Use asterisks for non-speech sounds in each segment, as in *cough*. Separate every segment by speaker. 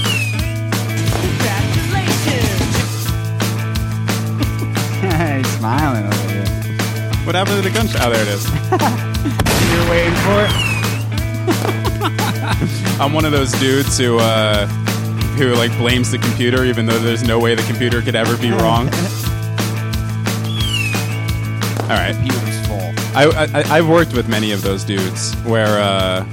Speaker 1: *laughs* smiling over here.
Speaker 2: What happened to the gunshot? Oh, there it is.
Speaker 1: You were waiting for it?
Speaker 2: I'm one of those dudes who uh, who like blames the computer, even though there's no way the computer could ever be wrong. All right,
Speaker 1: Computer's full.
Speaker 2: I, I I've worked with many of those dudes where. Uh,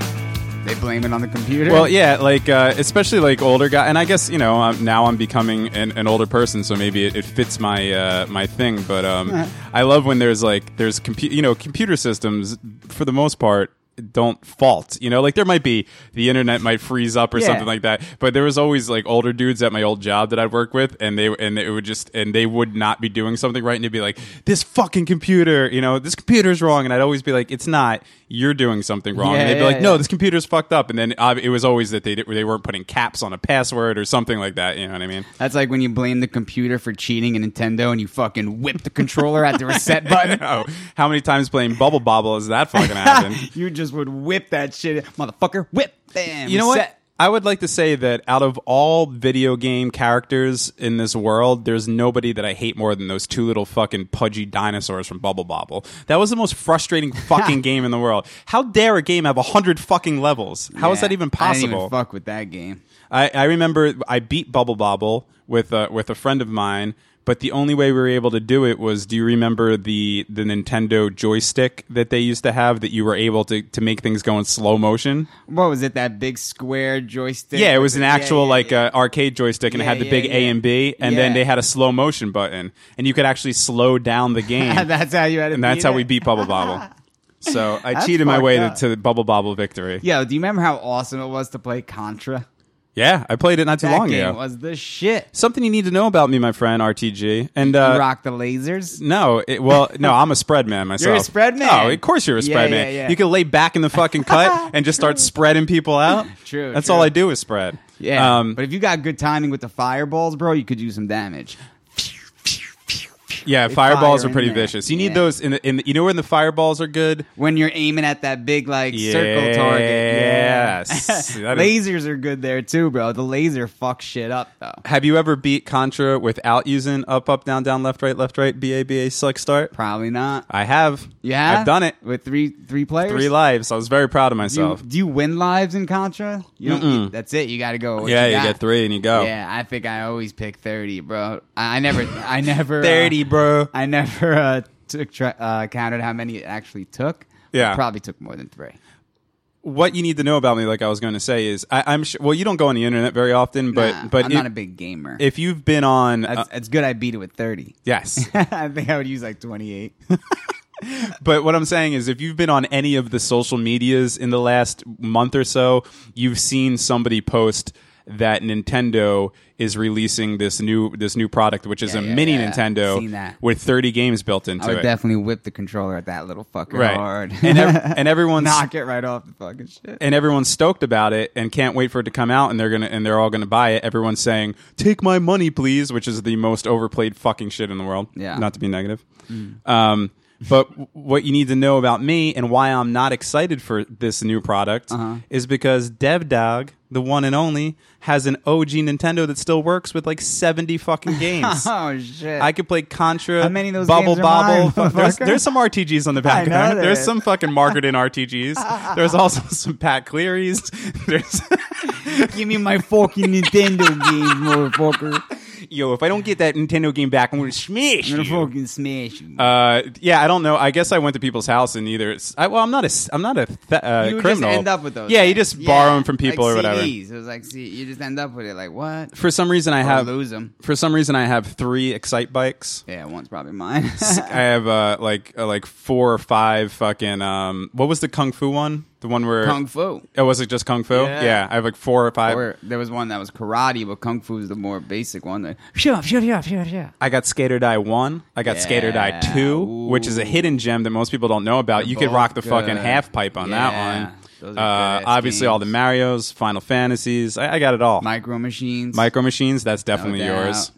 Speaker 1: They blame it on the computer.
Speaker 2: Well, yeah, like uh, especially like older guy, and I guess you know um, now I'm becoming an, an older person, so maybe it, it fits my uh, my thing. But
Speaker 1: Uh-huh.
Speaker 2: um, I love when there's like there's compu- you know computer systems for the most part don't fault you know like there might be the internet might freeze up or
Speaker 1: Yeah.
Speaker 2: something like that but there was always like older dudes at my old job that i'd work with and they and it would just and they would not be doing something right and they'd be like this fucking computer you know this computer's wrong and i'd always be like it's not you're doing something wrong and
Speaker 1: Yeah,
Speaker 2: they'd be
Speaker 1: yeah,
Speaker 2: like no
Speaker 1: yeah.
Speaker 2: this computer's fucked up and then uh, it was always that they did, they weren't putting caps on a password or something like that you know what i mean *laughs*
Speaker 1: That's like when you blame the computer for cheating in Nintendo and you fucking whip the controller at the
Speaker 2: *laughs*
Speaker 1: reset button.
Speaker 2: oh, how many times playing bubble bobble has
Speaker 1: *laughs*
Speaker 2: that fucking happened
Speaker 1: you just would whip that shit. Motherfucker, whip. Bam.
Speaker 2: you know what
Speaker 1: reset.
Speaker 2: I would like to say that out of all video game characters in this world, there's nobody that I hate more than those two little fucking pudgy dinosaurs from Bubble Bobble. That was the most
Speaker 1: *laughs*
Speaker 2: frustrating fucking game in the world. How dare a game have a hundred fucking levels? How is
Speaker 1: Yeah,
Speaker 2: that even
Speaker 1: I didn't
Speaker 2: possible?
Speaker 1: even fuck with that game.
Speaker 2: I, I remember I beat Bubble Bobble with a, with a friend of mine, but the only way we were able to do it was do you remember the, the Nintendo joystick that they used to have that you were able to, to make things go in slow motion?
Speaker 1: What was it? That big square joystick?
Speaker 2: Yeah, it
Speaker 1: with
Speaker 2: was
Speaker 1: the-
Speaker 2: an
Speaker 1: yeah,
Speaker 2: actual
Speaker 1: yeah, *laughs*
Speaker 2: like
Speaker 1: yeah.
Speaker 2: Uh, arcade joystick and it
Speaker 1: Yeah,
Speaker 2: had the
Speaker 1: yeah,
Speaker 2: big A
Speaker 1: yeah.
Speaker 2: and B, and then
Speaker 1: Yeah.
Speaker 2: they had a slow motion button, and you could actually slow down
Speaker 1: *laughs*
Speaker 2: the game.
Speaker 1: that's how you had it.
Speaker 2: and that's how
Speaker 1: it.
Speaker 2: we beat
Speaker 1: *laughs*
Speaker 2: Bubble Bobble. So I
Speaker 1: That's
Speaker 2: cheated my
Speaker 1: fucked
Speaker 2: way to,
Speaker 1: up.
Speaker 2: to the Bubble Bobble victory. Yeah.
Speaker 1: Yo, do you remember how awesome it was to play Contra?
Speaker 2: I played it not too
Speaker 1: That
Speaker 2: long
Speaker 1: game
Speaker 2: ago.
Speaker 1: was the shit.
Speaker 2: Something you need to know about me, my friend RTG, and
Speaker 1: You
Speaker 2: uh,
Speaker 1: rock the lasers.
Speaker 2: No, it, well, no, I'm a spread man myself.
Speaker 1: a spread man.
Speaker 2: Oh, of course you're a spread
Speaker 1: Yeah,
Speaker 2: man.
Speaker 1: yeah, yeah.
Speaker 2: You can lay back in the
Speaker 1: *laughs*
Speaker 2: fucking cut and just start spreading people out.
Speaker 1: True,
Speaker 2: That's
Speaker 1: true.
Speaker 2: all I do is spread.
Speaker 1: Yeah,
Speaker 2: Um,
Speaker 1: but if you got good timing with the fireballs, bro, you could do some damage.
Speaker 2: yeah.
Speaker 1: they
Speaker 2: Fireballs
Speaker 1: fire
Speaker 2: are pretty
Speaker 1: in there.
Speaker 2: vicious. You need
Speaker 1: Yeah.
Speaker 2: those in the, in the, you know when the fireballs are good.
Speaker 1: When you're aiming at that big like circle target, yeah.
Speaker 2: Yes. *laughs*
Speaker 1: *laughs*
Speaker 2: That is-
Speaker 1: lasers are good there too, bro. The laser fucks shit up though.
Speaker 2: Have you ever beat Contra without using up, up, down, down, left, right, left, right, B A B A, select, start?
Speaker 1: Probably not.
Speaker 2: I have.
Speaker 1: Yeah,
Speaker 2: I've done it.
Speaker 1: with three three players.
Speaker 2: Three lives. I was very proud of
Speaker 1: Do you,
Speaker 2: myself.
Speaker 1: do you win lives in Contra? You don't,
Speaker 2: Mm-mm.
Speaker 1: that's it. You got to go. with What
Speaker 2: yeah,
Speaker 1: you,
Speaker 2: you
Speaker 1: got.
Speaker 2: get three and you go.
Speaker 1: Yeah, I think I always pick thirty, bro. I, I
Speaker 2: *laughs*
Speaker 1: never, I never uh,
Speaker 2: Thirty, bro.
Speaker 1: I never uh, took tra- uh, counted how many it actually took.
Speaker 2: Yeah.
Speaker 1: probably took more than three.
Speaker 2: what you need to know about me, like I was going to say, is I, I'm sure. Well, you don't go on the internet very often, but
Speaker 1: Nah,
Speaker 2: but
Speaker 1: I'm
Speaker 2: if,
Speaker 1: not a big gamer.
Speaker 2: if you've been on, uh,
Speaker 1: That's it's good. I beat it with thirty. *laughs*
Speaker 2: yes. *laughs*
Speaker 1: I think I would use like twenty eight.
Speaker 2: but what I'm saying is, if you've been on any of the social medias in the last month or so, you've seen somebody post that Nintendo is releasing this new this new product, which is
Speaker 1: Yeah,
Speaker 2: a
Speaker 1: yeah,
Speaker 2: mini
Speaker 1: yeah. Seen
Speaker 2: Nintendo
Speaker 1: that.
Speaker 2: with 30 games built into
Speaker 1: I would
Speaker 2: it.
Speaker 1: definitely whip the controller at that little fucker
Speaker 2: right,
Speaker 1: hard, *laughs*
Speaker 2: and ev- and everyone's
Speaker 1: knock it right off the fucking shit.
Speaker 2: and everyone's stoked about it and can't wait for it to come out and they're gonna and they're all gonna buy it. Everyone's saying, "Take my money, please," which is the most overplayed fucking shit in the world.
Speaker 1: Yeah.
Speaker 2: not to be negative. Um, but w- what you need to know about me and why I'm not excited for this new product is because DevDog, the one and only, has an OG Nintendo that still works with like 70 fucking
Speaker 1: *laughs*
Speaker 2: games.
Speaker 1: Oh shit!
Speaker 2: I could play Contra.
Speaker 1: How many of those
Speaker 2: Bubble
Speaker 1: games are
Speaker 2: Bobble. *laughs*
Speaker 1: mine,
Speaker 2: Fu- there's,
Speaker 1: motherfucker?
Speaker 2: there's some RTGs on the back
Speaker 1: I
Speaker 2: of
Speaker 1: know
Speaker 2: there.
Speaker 1: there
Speaker 2: There's
Speaker 1: is.
Speaker 2: some fucking marketed
Speaker 1: *laughs*
Speaker 2: RTGs. There's also some Pat Cleary's. *laughs* There's
Speaker 1: Give me my fucking Nintendo game, motherfucker.
Speaker 2: *laughs* yo, if I don't get that Nintendo game back, I'm gonna smash
Speaker 1: I'm gonna
Speaker 2: you.
Speaker 1: fucking smash you.
Speaker 2: Uh, yeah, I don't know. I guess I went to people's house and either I, well, I'm not a s- I'm not a th- uh,
Speaker 1: you would
Speaker 2: criminal.
Speaker 1: just end up with those.
Speaker 2: Yeah, you
Speaker 1: things.
Speaker 2: just borrow them from
Speaker 1: like
Speaker 2: people or whatever.
Speaker 1: CDs. It was like, see, you just end up with it. Like what?
Speaker 2: For some reason, I
Speaker 1: Or
Speaker 2: have
Speaker 1: lose them.
Speaker 2: for some reason I have three Excite
Speaker 1: *laughs*
Speaker 2: bikes.
Speaker 1: Yeah, one's probably mine.
Speaker 2: *laughs*
Speaker 1: *laughs*
Speaker 2: I have uh, like uh, like four or five fucking um. What was the kung fu one? The one where
Speaker 1: Kung Fu.
Speaker 2: Oh, was it just kung fu? Yeah,
Speaker 1: Yeah.
Speaker 2: I have like four or five.
Speaker 1: Or there was one that was karate, but kung fu is the more basic one. Like, shoo, shoo, shoo, shoo, shoo.
Speaker 2: I got Skater Die one. I got Skater Die
Speaker 1: Yeah.
Speaker 2: two, which is a
Speaker 1: Ooh.
Speaker 2: hidden gem that most people don't know about.
Speaker 1: They're
Speaker 2: you could
Speaker 1: both
Speaker 2: rock the fucking
Speaker 1: good.
Speaker 2: half pipe on
Speaker 1: Yeah.
Speaker 2: that one.
Speaker 1: Those are
Speaker 2: Uh,
Speaker 1: good-ass
Speaker 2: obviously, all the
Speaker 1: games.
Speaker 2: Mario's, Final Fantasies. I, I got it all.
Speaker 1: Micro machines.
Speaker 2: Micro Machines, that's definitely
Speaker 1: doubt.
Speaker 2: yours.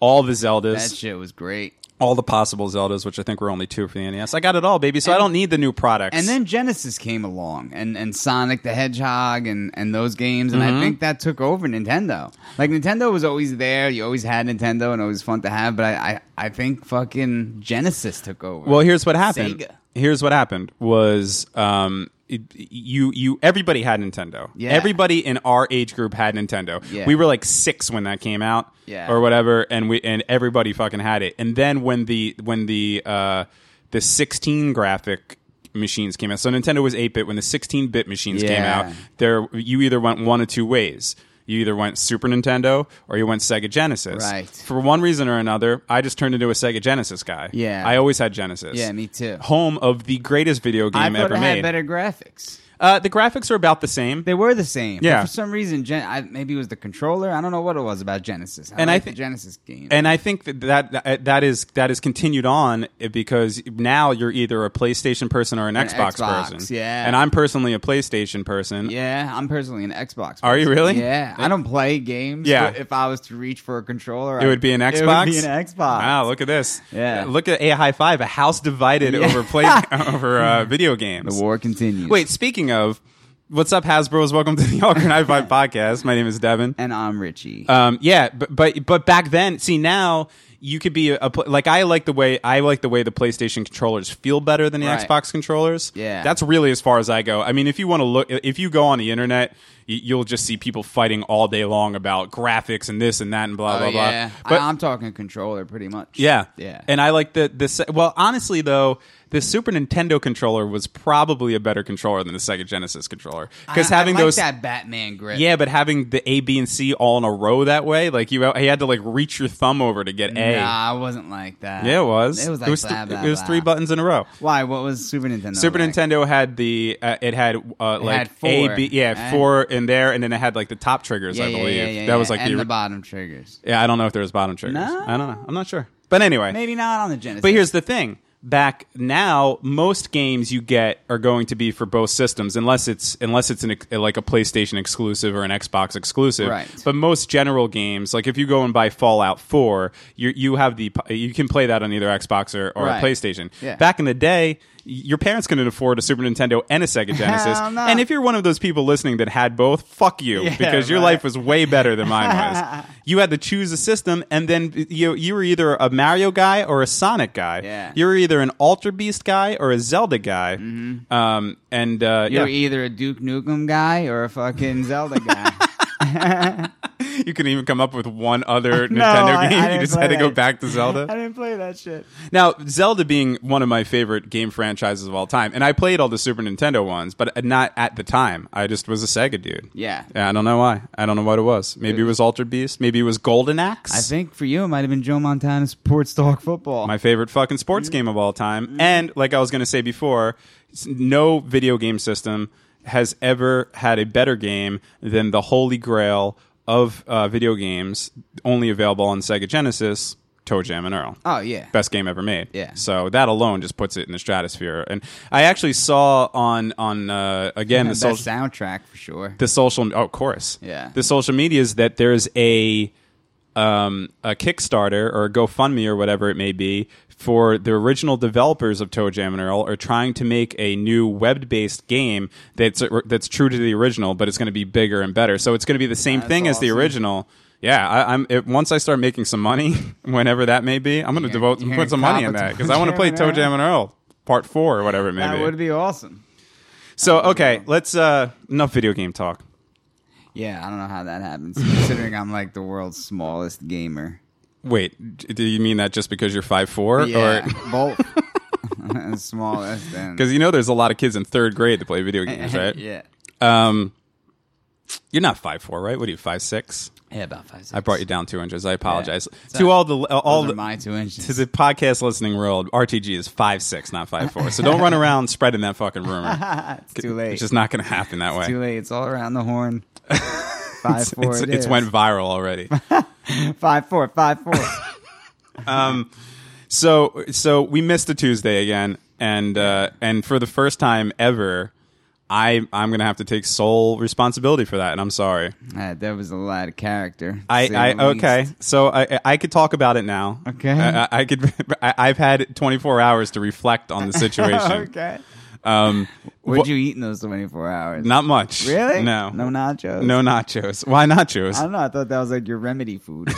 Speaker 2: All the
Speaker 1: That
Speaker 2: Zeldas.
Speaker 1: shit was great.
Speaker 2: all the possible Zeldas, which I think were only two for the NES. I got it all, baby. So I don't need the new products.
Speaker 1: And then Genesis came along, and, and Sonic the Hedgehog, and, and those games, and
Speaker 2: Mm-hmm.
Speaker 1: I think that took over Nintendo. Like Nintendo was always there; you always had Nintendo, and it was fun to have. But I, I, I think fucking Genesis took over.
Speaker 2: Well, here's what happened.
Speaker 1: Sega.
Speaker 2: Here's what happened was um, it, you you everybody had Nintendo.
Speaker 1: Yeah.
Speaker 2: Everybody in our age group had Nintendo.
Speaker 1: Yeah.
Speaker 2: We were like six when that came out,
Speaker 1: Yeah.
Speaker 2: or whatever, and we and everybody fucking had it. And then when the when the uh, the 16 graphic machines came out, so Nintendo was 8 bit. When the 16 bit machines came
Speaker 1: Yeah.
Speaker 2: out, there you either went one of two ways. You either went Super Nintendo or you went Sega Genesis.
Speaker 1: Right.
Speaker 2: For one reason or another, I just turned into a Sega Genesis guy.
Speaker 1: Yeah.
Speaker 2: I always had Genesis.
Speaker 1: Yeah, me too.
Speaker 2: Home of the greatest video
Speaker 1: I
Speaker 2: game
Speaker 1: thought
Speaker 2: ever
Speaker 1: it
Speaker 2: made.
Speaker 1: had better graphics.
Speaker 2: uh, the graphics are about the same.
Speaker 1: They were the same. but
Speaker 2: Yeah.
Speaker 1: for some reason, Gen- I, maybe it was the controller. I don't know what it was about Genesis. I
Speaker 2: And
Speaker 1: and
Speaker 2: I
Speaker 1: like
Speaker 2: thi-
Speaker 1: the Genesis game.
Speaker 2: and I think that, that that is that is continued on because now you're either a PlayStation person or an, Xbox,
Speaker 1: Xbox,
Speaker 2: person.
Speaker 1: yeah.
Speaker 2: And I'm personally a PlayStation person.
Speaker 1: yeah, I'm personally an Xbox.
Speaker 2: Are you
Speaker 1: person.
Speaker 2: really?
Speaker 1: Yeah, I don't play games.
Speaker 2: Yeah.
Speaker 1: but if I was to reach for a controller,
Speaker 2: It would be an Xbox.
Speaker 1: *laughs*
Speaker 2: Ah,
Speaker 1: It would be an Xbox.
Speaker 2: Wow, look at this.
Speaker 1: Yeah.
Speaker 2: Look at a high five. A house divided over
Speaker 1: *laughs*
Speaker 2: play over uh, video games.
Speaker 1: The war continues.
Speaker 2: Wait, speaking of, what's up, Hasbro's? Welcome to the Alternate
Speaker 1: *laughs*
Speaker 2: High Five podcast. My name is Devin.
Speaker 1: and I'm Richie.
Speaker 2: Um, yeah, but, but but back then, see now you could be a, a pl- like I like the way I like the way the PlayStation controllers feel better than the
Speaker 1: Right.
Speaker 2: Xbox controllers.
Speaker 1: Yeah.
Speaker 2: that's really as far as I go. I mean, if you want to look, if you go on the internet, y- you'll just see people fighting all day long about graphics and this and that and blah
Speaker 1: Oh,
Speaker 2: blah
Speaker 1: yeah,
Speaker 2: blah. But
Speaker 1: I, am talking controller pretty much.
Speaker 2: yeah,
Speaker 1: yeah.
Speaker 2: and I like the this. Well, honestly though. The Super Nintendo controller was probably a better controller than the Sega Genesis controller because
Speaker 1: I- I
Speaker 2: having
Speaker 1: like
Speaker 2: those
Speaker 1: that Batman grip.
Speaker 2: yeah, but having the A, B, and C all in a row that way, like you, you had to like reach your thumb over to get A.
Speaker 1: nah, I wasn't like that.
Speaker 2: Yeah, it was.
Speaker 1: It was like
Speaker 2: th-
Speaker 1: blah, blah,
Speaker 2: it was
Speaker 1: blah.
Speaker 2: three buttons in a row.
Speaker 1: Why? What was Super Nintendo?
Speaker 2: Super
Speaker 1: like?
Speaker 2: Nintendo had the uh, it had uh, like
Speaker 1: had
Speaker 2: A,
Speaker 1: four,
Speaker 2: B, yeah,
Speaker 1: right?
Speaker 2: four in there, and then it had like the top triggers,
Speaker 1: Yeah,
Speaker 2: I
Speaker 1: yeah,
Speaker 2: believe.
Speaker 1: yeah, yeah,
Speaker 2: that was
Speaker 1: yeah,
Speaker 2: like
Speaker 1: and
Speaker 2: the,
Speaker 1: the bottom triggers.
Speaker 2: yeah. I don't know if there was bottom triggers.
Speaker 1: No?
Speaker 2: I don't know. I'm not sure. But anyway,
Speaker 1: Maybe not on the Genesis.
Speaker 2: But here's the thing. Back now, most games you get are going to be for both systems, unless it's unless it's an, ex- like a PlayStation exclusive or an Xbox exclusive.
Speaker 1: Right.
Speaker 2: But most general games, like if you go and buy Fallout Four, you you have the you can play that on either Xbox or, or
Speaker 1: Right.
Speaker 2: a PlayStation.
Speaker 1: Yeah.
Speaker 2: Back in the day, your parents couldn't afford a Super Nintendo and a Sega Genesis.
Speaker 1: Hell no.
Speaker 2: And if you're one of those people listening that had both, fuck
Speaker 1: *laughs*
Speaker 2: you,
Speaker 1: Yeah,
Speaker 2: because your
Speaker 1: right.
Speaker 2: life was way better than mine
Speaker 1: *laughs*
Speaker 2: was. You had to choose a system, and then you you were either a Mario guy or a Sonic guy.
Speaker 1: Yeah.
Speaker 2: You were either an Alter Beast guy or a Zelda guy.
Speaker 1: Mm-hmm.
Speaker 2: Um, and uh,
Speaker 1: You're
Speaker 2: yeah,
Speaker 1: either a Duke Nukem guy or a fucking Zelda guy.
Speaker 2: *laughs* you couldn't even come up with one other
Speaker 1: e *laughs* No,
Speaker 2: Nintendo
Speaker 1: I- I
Speaker 2: game. *laughs* you
Speaker 1: didn't
Speaker 2: just had to
Speaker 1: play
Speaker 2: go
Speaker 1: that.
Speaker 2: back
Speaker 1: *laughs*
Speaker 2: to *laughs* Zelda.
Speaker 1: didn't play that shit.
Speaker 2: Now, Zelda being one of my favorite game franchises of all time, and I played all the Super Nintendo ones, but not at the time. I just was a Sega dude.
Speaker 1: Yeah.
Speaker 2: I don't know why. I don't know what it was. Maybe it was Altered Beast. Maybe it was Golden Axe.
Speaker 1: I think for you, it might have been Joe Montana's Sports Talk Football.
Speaker 2: my favorite fucking sports
Speaker 1: Mm-hmm.
Speaker 2: game of all time. And like I was going to say before, s- no video game system has ever had a better game than the holy grail of uh, video games, only available on Sega Genesis, Toe Jam and Earl
Speaker 1: oh, yeah.
Speaker 2: best game ever made.
Speaker 1: Yeah.
Speaker 2: So that alone just puts it in the stratosphere. And I actually saw on on uh, again the
Speaker 1: Best
Speaker 2: social
Speaker 1: soundtrack for sure.
Speaker 2: the social oh of course
Speaker 1: Yeah.
Speaker 2: the social media is that there's a um a Kickstarter or a GoFundMe or whatever it may be for the original developers of Toe Jam and Earl are trying to make a new web based game that's that's true to the original but it's going to be bigger and better so it's going to be the same
Speaker 1: That's
Speaker 2: thing as the
Speaker 1: awesome.
Speaker 2: original. Yeah, I, I'm. If, once I start making some money, *laughs* whenever that may be, I'm going to
Speaker 1: You're-
Speaker 2: devote
Speaker 1: you're
Speaker 2: put some
Speaker 1: gonna
Speaker 2: money in
Speaker 1: cop it
Speaker 2: that
Speaker 1: to
Speaker 2: because I want to
Speaker 1: Toe
Speaker 2: play
Speaker 1: Jam and
Speaker 2: Toe
Speaker 1: Earl.
Speaker 2: Jam and Earl Part Four or whatever it may
Speaker 1: That
Speaker 2: be.
Speaker 1: would be awesome.
Speaker 2: so okay, let's uh, enough video game talk.
Speaker 1: Yeah, I don't know how that happens, considering I'm like the world's smallest gamer.
Speaker 2: Wait, d- do you mean that just because you're five four, *laughs*
Speaker 1: Yeah,
Speaker 2: or
Speaker 1: both.
Speaker 2: *laughs*
Speaker 1: *laughs* smallest and.
Speaker 2: because you know there's a lot of kids in third grade that play
Speaker 1: *laughs*
Speaker 2: video games, right?
Speaker 1: yeah.
Speaker 2: Um, you're not five four, right? What are you five six?
Speaker 1: Yeah, about five six.
Speaker 2: I brought you down two inches. I apologize
Speaker 1: It's
Speaker 2: to
Speaker 1: all-
Speaker 2: all the uh, all
Speaker 1: Those
Speaker 2: the
Speaker 1: are my two inches.
Speaker 2: to the podcast listening world. RTG is five six, not five four.
Speaker 1: *laughs*
Speaker 2: So don't run around spreading that fucking rumor.
Speaker 1: it's too late.
Speaker 2: It's just not going to happen that way.
Speaker 1: too late. It's all around the horn. Five four.
Speaker 2: *laughs* It's,
Speaker 1: it
Speaker 2: it's
Speaker 1: is.
Speaker 2: went viral already.
Speaker 1: *laughs* five four five four. *laughs*
Speaker 2: So so we missed a Tuesday again, and uh, and for the first time ever, I I'm gonna have to take sole responsibility for that, and I'm sorry.
Speaker 1: Ah, that was a lot of character. to
Speaker 2: I,
Speaker 1: say
Speaker 2: I
Speaker 1: the least.
Speaker 2: okay. So I I could talk about it now.
Speaker 1: Okay.
Speaker 2: I, I- I could. *laughs* I, I've had 24 hours to
Speaker 1: *laughs*
Speaker 2: reflect on the situation.
Speaker 1: *laughs* okay.
Speaker 2: Um,
Speaker 1: What'd
Speaker 2: wh-
Speaker 1: you eat in those 24 hours?
Speaker 2: not much.
Speaker 1: Really?
Speaker 2: No.
Speaker 1: No nachos?
Speaker 2: No nachos. Why nachos?
Speaker 1: I don't know. I thought that was like your remedy
Speaker 2: *laughs*
Speaker 1: food.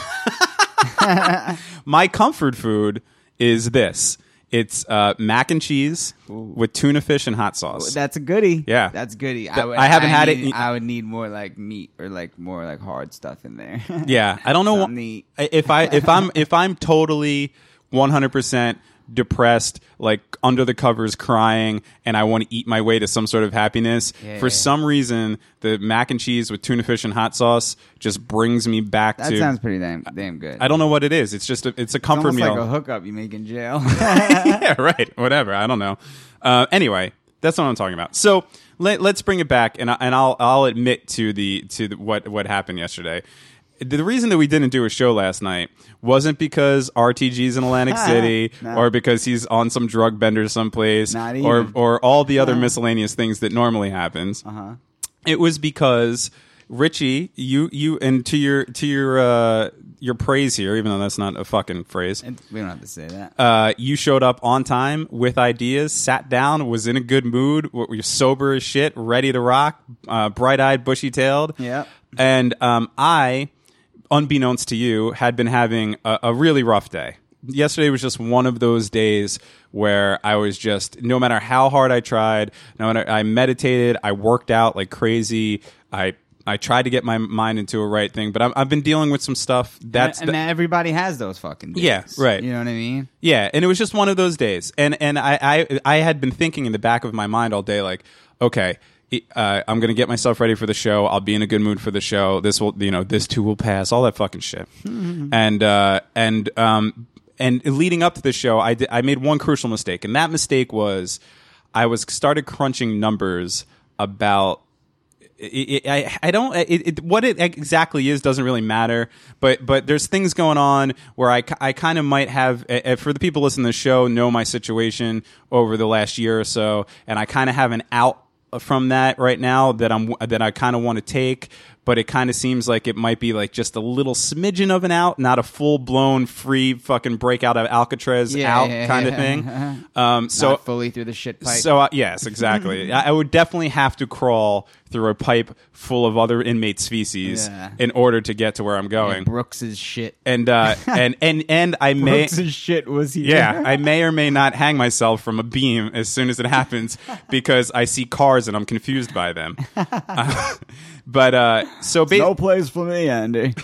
Speaker 2: My comfort food is this. It's uh, mac and cheese with tuna fish and hot sauce.
Speaker 1: That's a goodie.
Speaker 2: Yeah.
Speaker 1: That's goodie.
Speaker 2: Th- I haven't had it
Speaker 1: need-
Speaker 2: in-
Speaker 1: I would need more like meat or like more like hard stuff in there. *laughs*
Speaker 2: yeah, I don't know
Speaker 1: Something
Speaker 2: wh-
Speaker 1: to eat.
Speaker 2: I- if I if I'm if I'm totally 100% depressed, like under the covers crying and I want to eat my way to some sort of happiness,
Speaker 1: Yeah,
Speaker 2: for
Speaker 1: yeah.
Speaker 2: some reason the mac and cheese with tuna fish and hot sauce just brings me back
Speaker 1: That
Speaker 2: to
Speaker 1: sounds pretty damn damn good.
Speaker 2: I don't know what it is. It's just a, it's a
Speaker 1: it's
Speaker 2: comfort
Speaker 1: almost
Speaker 2: meal.
Speaker 1: like a hookup you make in jail.
Speaker 2: *laughs*
Speaker 1: *laughs*
Speaker 2: yeah, right. Whatever. I don't know. Uh, anyway, that's what I'm talking about. So let, let's bring it back, and I, and I'll I'll admit to the to the, what what happened yesterday. The reason that we didn't do a show last night wasn't because RTG's in Atlantic City
Speaker 1: Ah, No.
Speaker 2: or because he's on some drug bender someplace
Speaker 1: Not
Speaker 2: or
Speaker 1: even.
Speaker 2: or all the other miscellaneous things that normally happens. Uh-huh. It was because Richie, you you and to your to your uh, your praise here, even though that's not a fucking phrase
Speaker 1: And we don't have to say that.
Speaker 2: uh, you showed up on time with ideas, sat down, was in a good mood, w- you're sober as shit, ready to rock, uh, bright eyed, bushy tailed.
Speaker 1: Yep.
Speaker 2: And um, I, unbeknownst to you, had been having a, a really rough day. Yesterday was just one of those days where I was just, no matter how hard I tried, no matter I meditated, I worked out like crazy, I. I tried to get my mind into a right thing, but I'm, I've been dealing with some stuff. That's
Speaker 1: and,
Speaker 2: the-
Speaker 1: and everybody has those fucking days.
Speaker 2: Yeah, right.
Speaker 1: You know what I mean?
Speaker 2: yeah, and it was just one of those days, and and I I, I had been thinking in the back of my mind all day, like, okay, uh, I'm gonna get myself ready for the show. I'll be in a good mood for the show. This will, you know, this too will pass. All that fucking shit, and uh, and um and leading up to the show, I did, I made one crucial mistake, and that mistake was I was started crunching numbers about it, it, I, I don't it, it, what it exactly is doesn't really matter but but there's things going on where i, ki- I kind of might have eh, eh, for the people listening to the show know my situation over the last year or so and i kind of have an out from that right now that i'm that i kind of want to take but it kind of seems like it might be like just a little smidgen of an out not a full-blown free fucking breakout of alcatraz
Speaker 1: Yeah,
Speaker 2: out
Speaker 1: yeah,
Speaker 2: kind of
Speaker 1: yeah. *laughs*
Speaker 2: thing um so
Speaker 1: Not fully through the shit pipe. Mm.
Speaker 2: so uh, yes, exactly. I, I would definitely have to crawl through a pipe full of other inmates' feces
Speaker 1: Yeah.
Speaker 2: in order to get to where I'm going.
Speaker 1: Brooks's shit.
Speaker 2: And uh, and and and I
Speaker 1: *laughs*
Speaker 2: may
Speaker 1: Brooks's shit was here.
Speaker 2: yeah, I may or may not hang myself from a beam as soon as it happens because I see cars and I'm confused
Speaker 1: *laughs*
Speaker 2: by them. *laughs* Uh, but uh, so
Speaker 1: *laughs*
Speaker 2: ba-
Speaker 1: no place for me, Andy.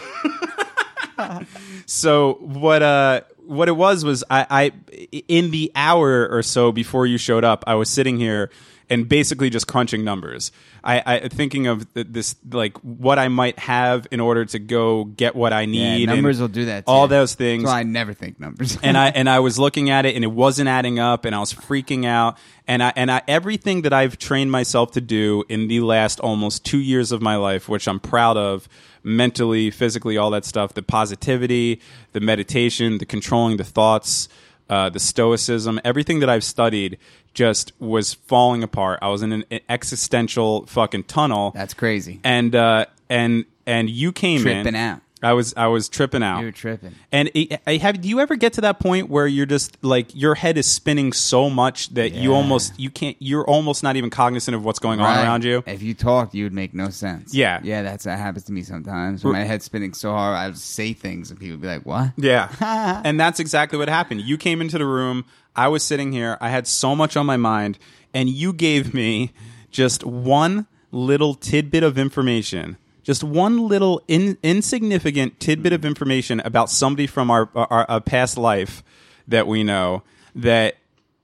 Speaker 2: so what uh what it was was I, I in the hour or so before you showed up i was sitting here and basically just crunching numbers i, I thinking of th- this like what i might have in order to go get what i need and
Speaker 1: numbers will do that to
Speaker 2: all
Speaker 1: you.
Speaker 2: those things
Speaker 1: That's why I never think numbers.
Speaker 2: and I and I was looking at it and it wasn't adding up and I was freaking out and I and I everything that I've trained myself to do in the last almost 2 years of my life which I'm proud of mentally physically all that stuff the positivity the meditation the controlling the thoughts uh, the stoicism everything that I've studied just was falling apart I was in an existential fucking tunnel
Speaker 1: That's crazy.
Speaker 2: and uh and and you came in
Speaker 1: Tripping out.
Speaker 2: I was I was tripping out
Speaker 1: you were tripping.
Speaker 2: and it, I have do you ever get to that point where you're just like your head is spinning so much that you
Speaker 1: Yeah.
Speaker 2: almost you can't you're almost not even cognizant of what's going on
Speaker 1: Right.
Speaker 2: around you?
Speaker 1: If you talked, you would make no sense.
Speaker 2: Yeah.
Speaker 1: Yeah, that's that happens to me sometimes. When my head's spinning so hard, I would say things and people would be like, What?
Speaker 2: Yeah. *laughs* and that's exactly what happened. You came into the room, I was sitting here, I had so much on my mind, and you gave me just one little tidbit of information. Just one little in, insignificant tidbit of information about somebody from our, our, our past life that we know that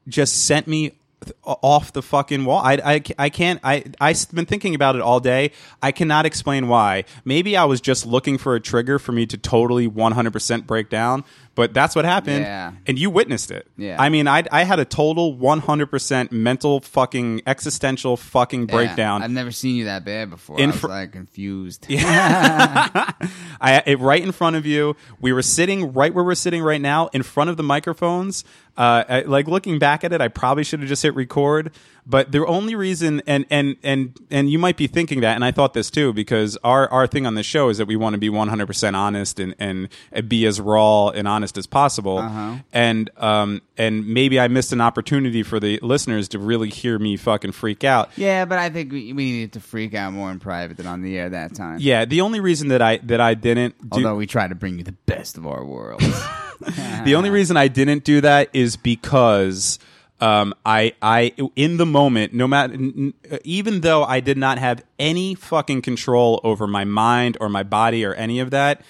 Speaker 2: just sent me th- off the fucking wall. I, I, I can't. I I've been thinking about it all day. I cannot explain why. Maybe I was just looking for a trigger for me to totally 100% break down. But that's what happened,
Speaker 1: Yeah.
Speaker 2: and you witnessed it.
Speaker 1: Yeah.
Speaker 2: I mean, I I had a total 100% mental fucking existential fucking
Speaker 1: Yeah.
Speaker 2: breakdown.
Speaker 1: I've never seen you that bad before.
Speaker 2: In
Speaker 1: I was
Speaker 2: fr-
Speaker 1: like confused.
Speaker 2: I it right in front of you. We were sitting right where we're sitting right now, in front of the microphones. Uh, I, like looking back at it, I probably should have just hit record. But the only reason, and and and and you might be thinking that, and I thought this too, because our our thing on the show is that we want to be one hundred percent honest and and be as raw and honest as possible. And um and maybe I missed an opportunity for the listeners to really hear me fucking freak out.
Speaker 1: *laughs* Yeah, but I think we, we needed to freak out more in private than on the air that time.
Speaker 2: Yeah, the only reason that I that I didn't do
Speaker 1: Although we try to bring you the best of our
Speaker 2: *laughs*
Speaker 1: worlds.
Speaker 2: The only reason I didn't do that is because um, I, I, in the moment, no matter, n- n- even though I did not have any fucking control over my mind or my body or any of that,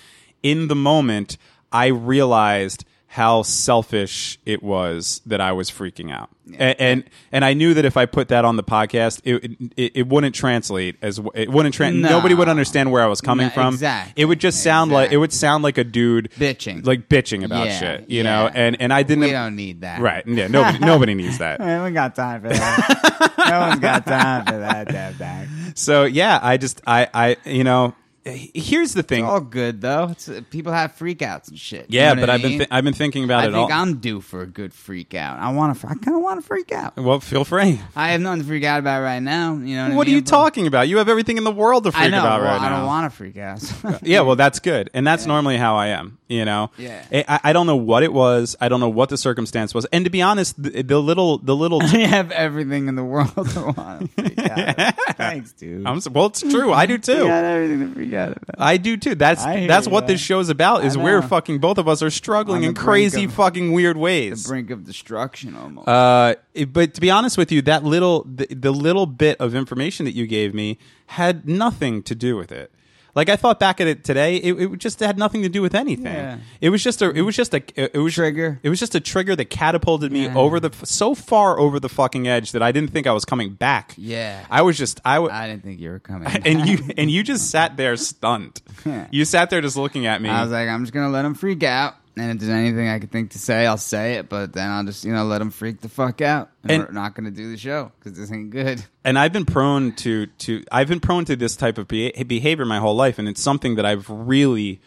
Speaker 2: in the moment, I realized how selfish it was that I was freaking out, A- and, and I knew that if I put that on the podcast, it it, it wouldn't translate as w- it wouldn't trans.
Speaker 1: No.
Speaker 2: Nobody would understand where I was coming
Speaker 1: No,
Speaker 2: from.
Speaker 1: exactly.
Speaker 2: It would just sound like it
Speaker 1: Exactly.
Speaker 2: would sound like a dude
Speaker 1: Bitching.
Speaker 2: like bitching about
Speaker 1: Yeah,
Speaker 2: shit,
Speaker 1: yeah.
Speaker 2: you know. And and I didn't
Speaker 1: we don't need that.
Speaker 2: right.
Speaker 1: *laughs*
Speaker 2: Yeah, nobody nobody needs that.
Speaker 1: We ain't got time for that.
Speaker 2: *laughs*
Speaker 1: no one's got time for that. that, that.
Speaker 2: So yeah, I just I I you know h- here's the thing.
Speaker 1: All good though. It's, uh, people have freakouts and shit. You
Speaker 2: yeah,
Speaker 1: know
Speaker 2: but
Speaker 1: what I
Speaker 2: I've been
Speaker 1: mean?
Speaker 2: th- I've been thinking about
Speaker 1: I
Speaker 2: it
Speaker 1: think
Speaker 2: all.
Speaker 1: I'm due for a good freak out. I want to. I kind of want to freak out.
Speaker 2: well,
Speaker 1: *laughs*
Speaker 2: feel free.
Speaker 1: I have nothing to freak out about right now. You know what, I
Speaker 2: What are
Speaker 1: mean?
Speaker 2: you
Speaker 1: But-
Speaker 2: talking about? You have everything in the world to freak
Speaker 1: I know.
Speaker 2: about
Speaker 1: well,
Speaker 2: right
Speaker 1: I
Speaker 2: now.
Speaker 1: don't want to freak out. *laughs*
Speaker 2: yeah, well, that's good, and that's normally how I am. You know,
Speaker 1: Yeah.
Speaker 2: I, I- I don't know what it was. I don't know what the circumstance was, and to be honest, the, the little
Speaker 1: *laughs*
Speaker 2: the little.
Speaker 1: I have everything in the world to want to freak out.
Speaker 2: *laughs*
Speaker 1: about. Thanks, dude.
Speaker 2: I'm s- well, it's true. I do too.
Speaker 1: I got everything to freak out about.
Speaker 2: I do too. That's
Speaker 1: I hear
Speaker 2: that's
Speaker 1: you,
Speaker 2: what this
Speaker 1: yeah.
Speaker 2: show's about. Is
Speaker 1: I
Speaker 2: we're
Speaker 1: know.
Speaker 2: fucking both of us are
Speaker 1: On
Speaker 2: struggling
Speaker 1: the
Speaker 2: in
Speaker 1: brink
Speaker 2: crazy
Speaker 1: of-
Speaker 2: fucking weird
Speaker 1: The
Speaker 2: ways.
Speaker 1: brink of destruction, almost.
Speaker 2: Uh, it- but to be honest with you, that little the, the little bit of information that you gave me had nothing to do with it. Like I thought back at it today, it, it just had nothing to do with anything.
Speaker 1: Yeah.
Speaker 2: It was just a it was just a it was
Speaker 1: Trigger.
Speaker 2: It was just a trigger that catapulted me
Speaker 1: Yeah.
Speaker 2: over the f- so far over the fucking edge that I didn't think I was coming back.
Speaker 1: Yeah.
Speaker 2: I was just I w-
Speaker 1: I didn't think you were coming.
Speaker 2: *laughs* and you and you just sat
Speaker 1: *laughs*
Speaker 2: there stunned.
Speaker 1: Yeah.
Speaker 2: You sat there just looking at me.
Speaker 1: I was like, I'm just gonna let him freak out, and if there's anything I could think to say, I'll say it. But then I'll just, you know, let him freak the fuck out, and,
Speaker 2: And-
Speaker 1: we're not gonna do the show because this ain't good.
Speaker 2: and I've been prone to to I've been prone to this type of beha- behavior my whole life, and it's something that I've really,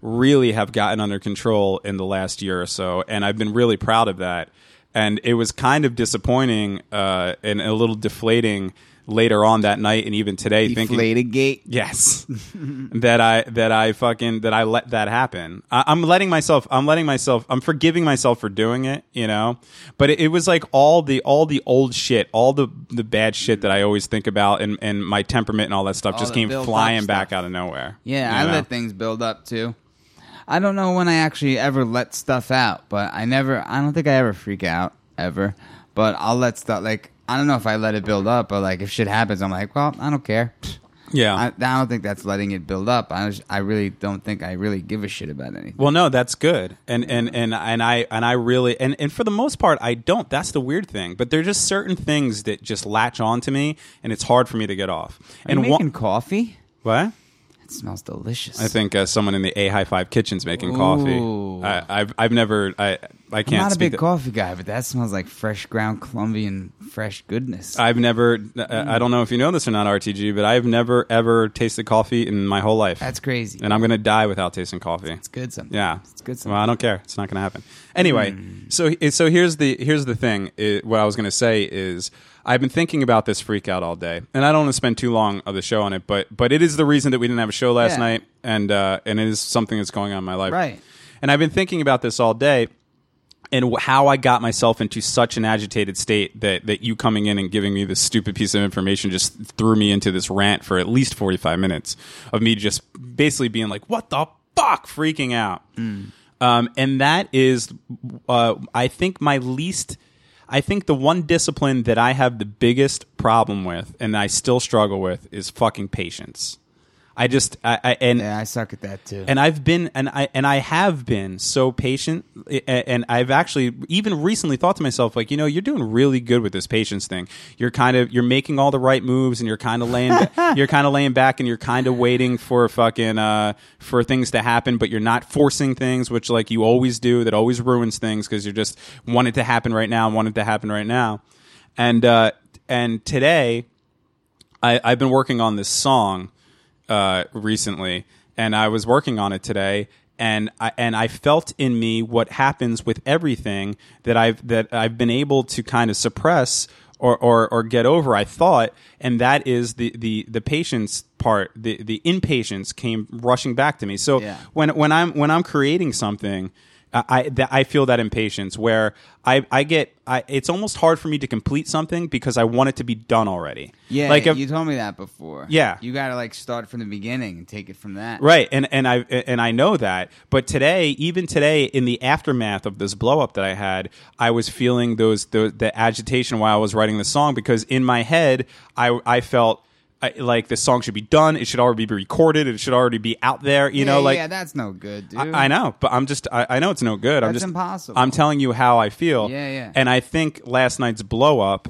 Speaker 2: really have gotten under control in the last year or so, and I've been really proud of that. And it was kind of disappointing uh, and a little deflating later on that night, and even today, thinking
Speaker 1: Deflated gate. *laughs*
Speaker 2: Yes, that I that I fucking that I let that happen. I, I'm letting myself. I'm letting myself. I'm forgiving myself for doing it. You know, but it, it was like all the all the old shit, all the the bad shit that I always think about, and and my temperament and all that stuff
Speaker 1: All
Speaker 2: just
Speaker 1: the
Speaker 2: came
Speaker 1: built-up
Speaker 2: flying
Speaker 1: stuff.
Speaker 2: back out of nowhere.
Speaker 1: Yeah,
Speaker 2: you
Speaker 1: I
Speaker 2: know?
Speaker 1: let things build up too. I don't know when I actually ever let stuff out, but I never. I don't think I ever freak out ever. But I'll let stuff like I don't know if I let it build up, but like if shit happens, I'm like, well, I don't care.
Speaker 2: yeah.
Speaker 1: I, I don't think that's letting it build up. I just, I really don't think I really give a shit about anything.
Speaker 2: Well, no, that's good, and and and and I and I really and and for the most part, I don't. That's the weird thing. But there are just certain things that just latch on to me, and it's hard for me to get off.
Speaker 1: and
Speaker 2: and
Speaker 1: making
Speaker 2: one,
Speaker 1: coffee.
Speaker 2: what?
Speaker 1: It smells delicious.
Speaker 2: I think uh, someone in the A High Five kitchen's making
Speaker 1: Ooh.
Speaker 2: coffee. I, I've I've never I I
Speaker 1: I'm
Speaker 2: can't.
Speaker 1: not a
Speaker 2: speak
Speaker 1: big
Speaker 2: to-
Speaker 1: coffee guy, but that smells like fresh ground Colombian fresh goodness.
Speaker 2: I've never. uh,
Speaker 1: Mm.
Speaker 2: I I don't know if you know this or not, RTG, but I've never ever tasted coffee in my whole life.
Speaker 1: That's crazy.
Speaker 2: and I'm gonna die without tasting coffee.
Speaker 1: it's good sometimes.
Speaker 2: Yeah,
Speaker 1: It's good Mm.
Speaker 2: Well, I
Speaker 1: sometimes.
Speaker 2: don't care. It's not going to happen anyway. So so here's the here's the thing. i what I was going to say is I've been thinking about this freak out all day, and I don't want to spend too long of the show on it, but but it is the reason that we didn't have a show last
Speaker 1: Yeah.
Speaker 2: night, and uh, and it is something that's going on in my life.
Speaker 1: Right.
Speaker 2: And I've been thinking about this all day. And wh- how I got myself into such an agitated state that, that you coming in and giving me this stupid piece of information just threw me into this rant for at least 45 minutes of me just basically being like, what the fuck, freaking out. Um, and that is, uh, I think, my least. I think the one discipline that I have the biggest problem with, and I still struggle with, is fucking patience. I just I, I and
Speaker 1: Yeah, I suck at that too.
Speaker 2: and I've been and I and I have been so patient a- and I've actually even recently thought to myself like you know you're doing really good with this patience thing you're kind of you're making all the right moves and you're kind of laying you're kind of laying back and you're kind of waiting for fucking uh for things to happen but you're not forcing things which like you always do that always ruins things because you're just want it to happen right now want it to happen right now and uh and today I, I've been working on this song uh, recently, and I was working on it today, and I and I felt in me what happens with everything that I've that I've been able to kind of suppress or or, or get over. I thought, and that is the the the patience part. The the impatience came rushing back to me. So
Speaker 1: Yeah.
Speaker 2: when when I'm when I'm creating something. I I- that I feel that impatience where I, I get I, it's almost hard for me to complete something because I want it to be done already.
Speaker 1: yeah,
Speaker 2: like if-
Speaker 1: you told me that before.
Speaker 2: Yeah.
Speaker 1: you got to like start from the beginning and take it from that.
Speaker 2: Right, and and I and I know that, but today, even today, in the aftermath of this blow up that I had, I was feeling those the, the agitation while I was writing the song because in my head, I I felt I, like the song should be done, it should already be recorded, it should already be out there,
Speaker 1: Yeah,
Speaker 2: you know, like
Speaker 1: yeah, that's no good, dude.
Speaker 2: I, I know, but I'm just I, I know it's no good. I'm
Speaker 1: That's
Speaker 2: just
Speaker 1: impossible.
Speaker 2: I'm telling you how I feel.
Speaker 1: Yeah, yeah.
Speaker 2: And I think last night's blow up.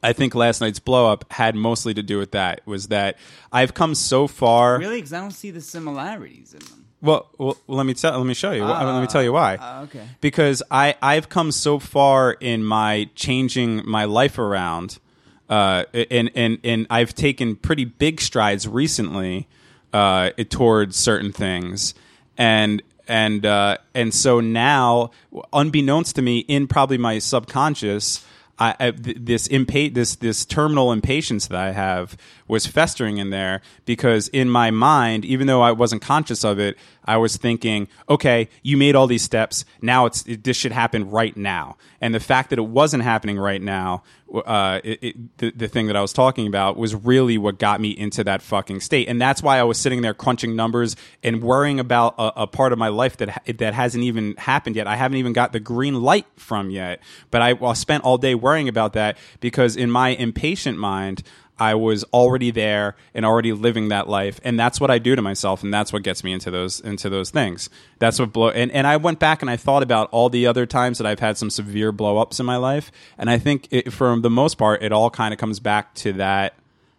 Speaker 2: I think last night's blow up had mostly to do with that. Was that I've come so far.
Speaker 1: really because I don't see the similarities in them.
Speaker 2: Well, well, let me tell. Let me show you. I mean, let me tell you why.
Speaker 1: ah, okay.
Speaker 2: Because I I've come so far in my changing my life around, uh, and and and I've taken pretty big strides recently, uh, towards certain things, and and uh, and so now, unbeknownst to me, in probably my subconscious. I, I th- this impa- this this terminal impatience that I have was festering in there because in my mind, even though I wasn't conscious of it, I was thinking, okay, you made all these steps. Now it's it, this should happen right now, and the fact that it wasn't happening right now, uh, it, it, the, the thing that I was talking about was really what got me into that fucking state, and that's why I was sitting there crunching numbers and worrying about a, a part of my life that ha- that hasn't even happened yet. I haven't even got the green light from yet, but I, well, I spent all day worrying about that because in my impatient mind. I was already there and already living that life, and that's what I do to myself, and that's what gets me into those into those things. That's what blow. And, and I went back and I thought about all the other times that I've had some severe blow ups in my life, and I think it, for the most part, it all kind of comes back to that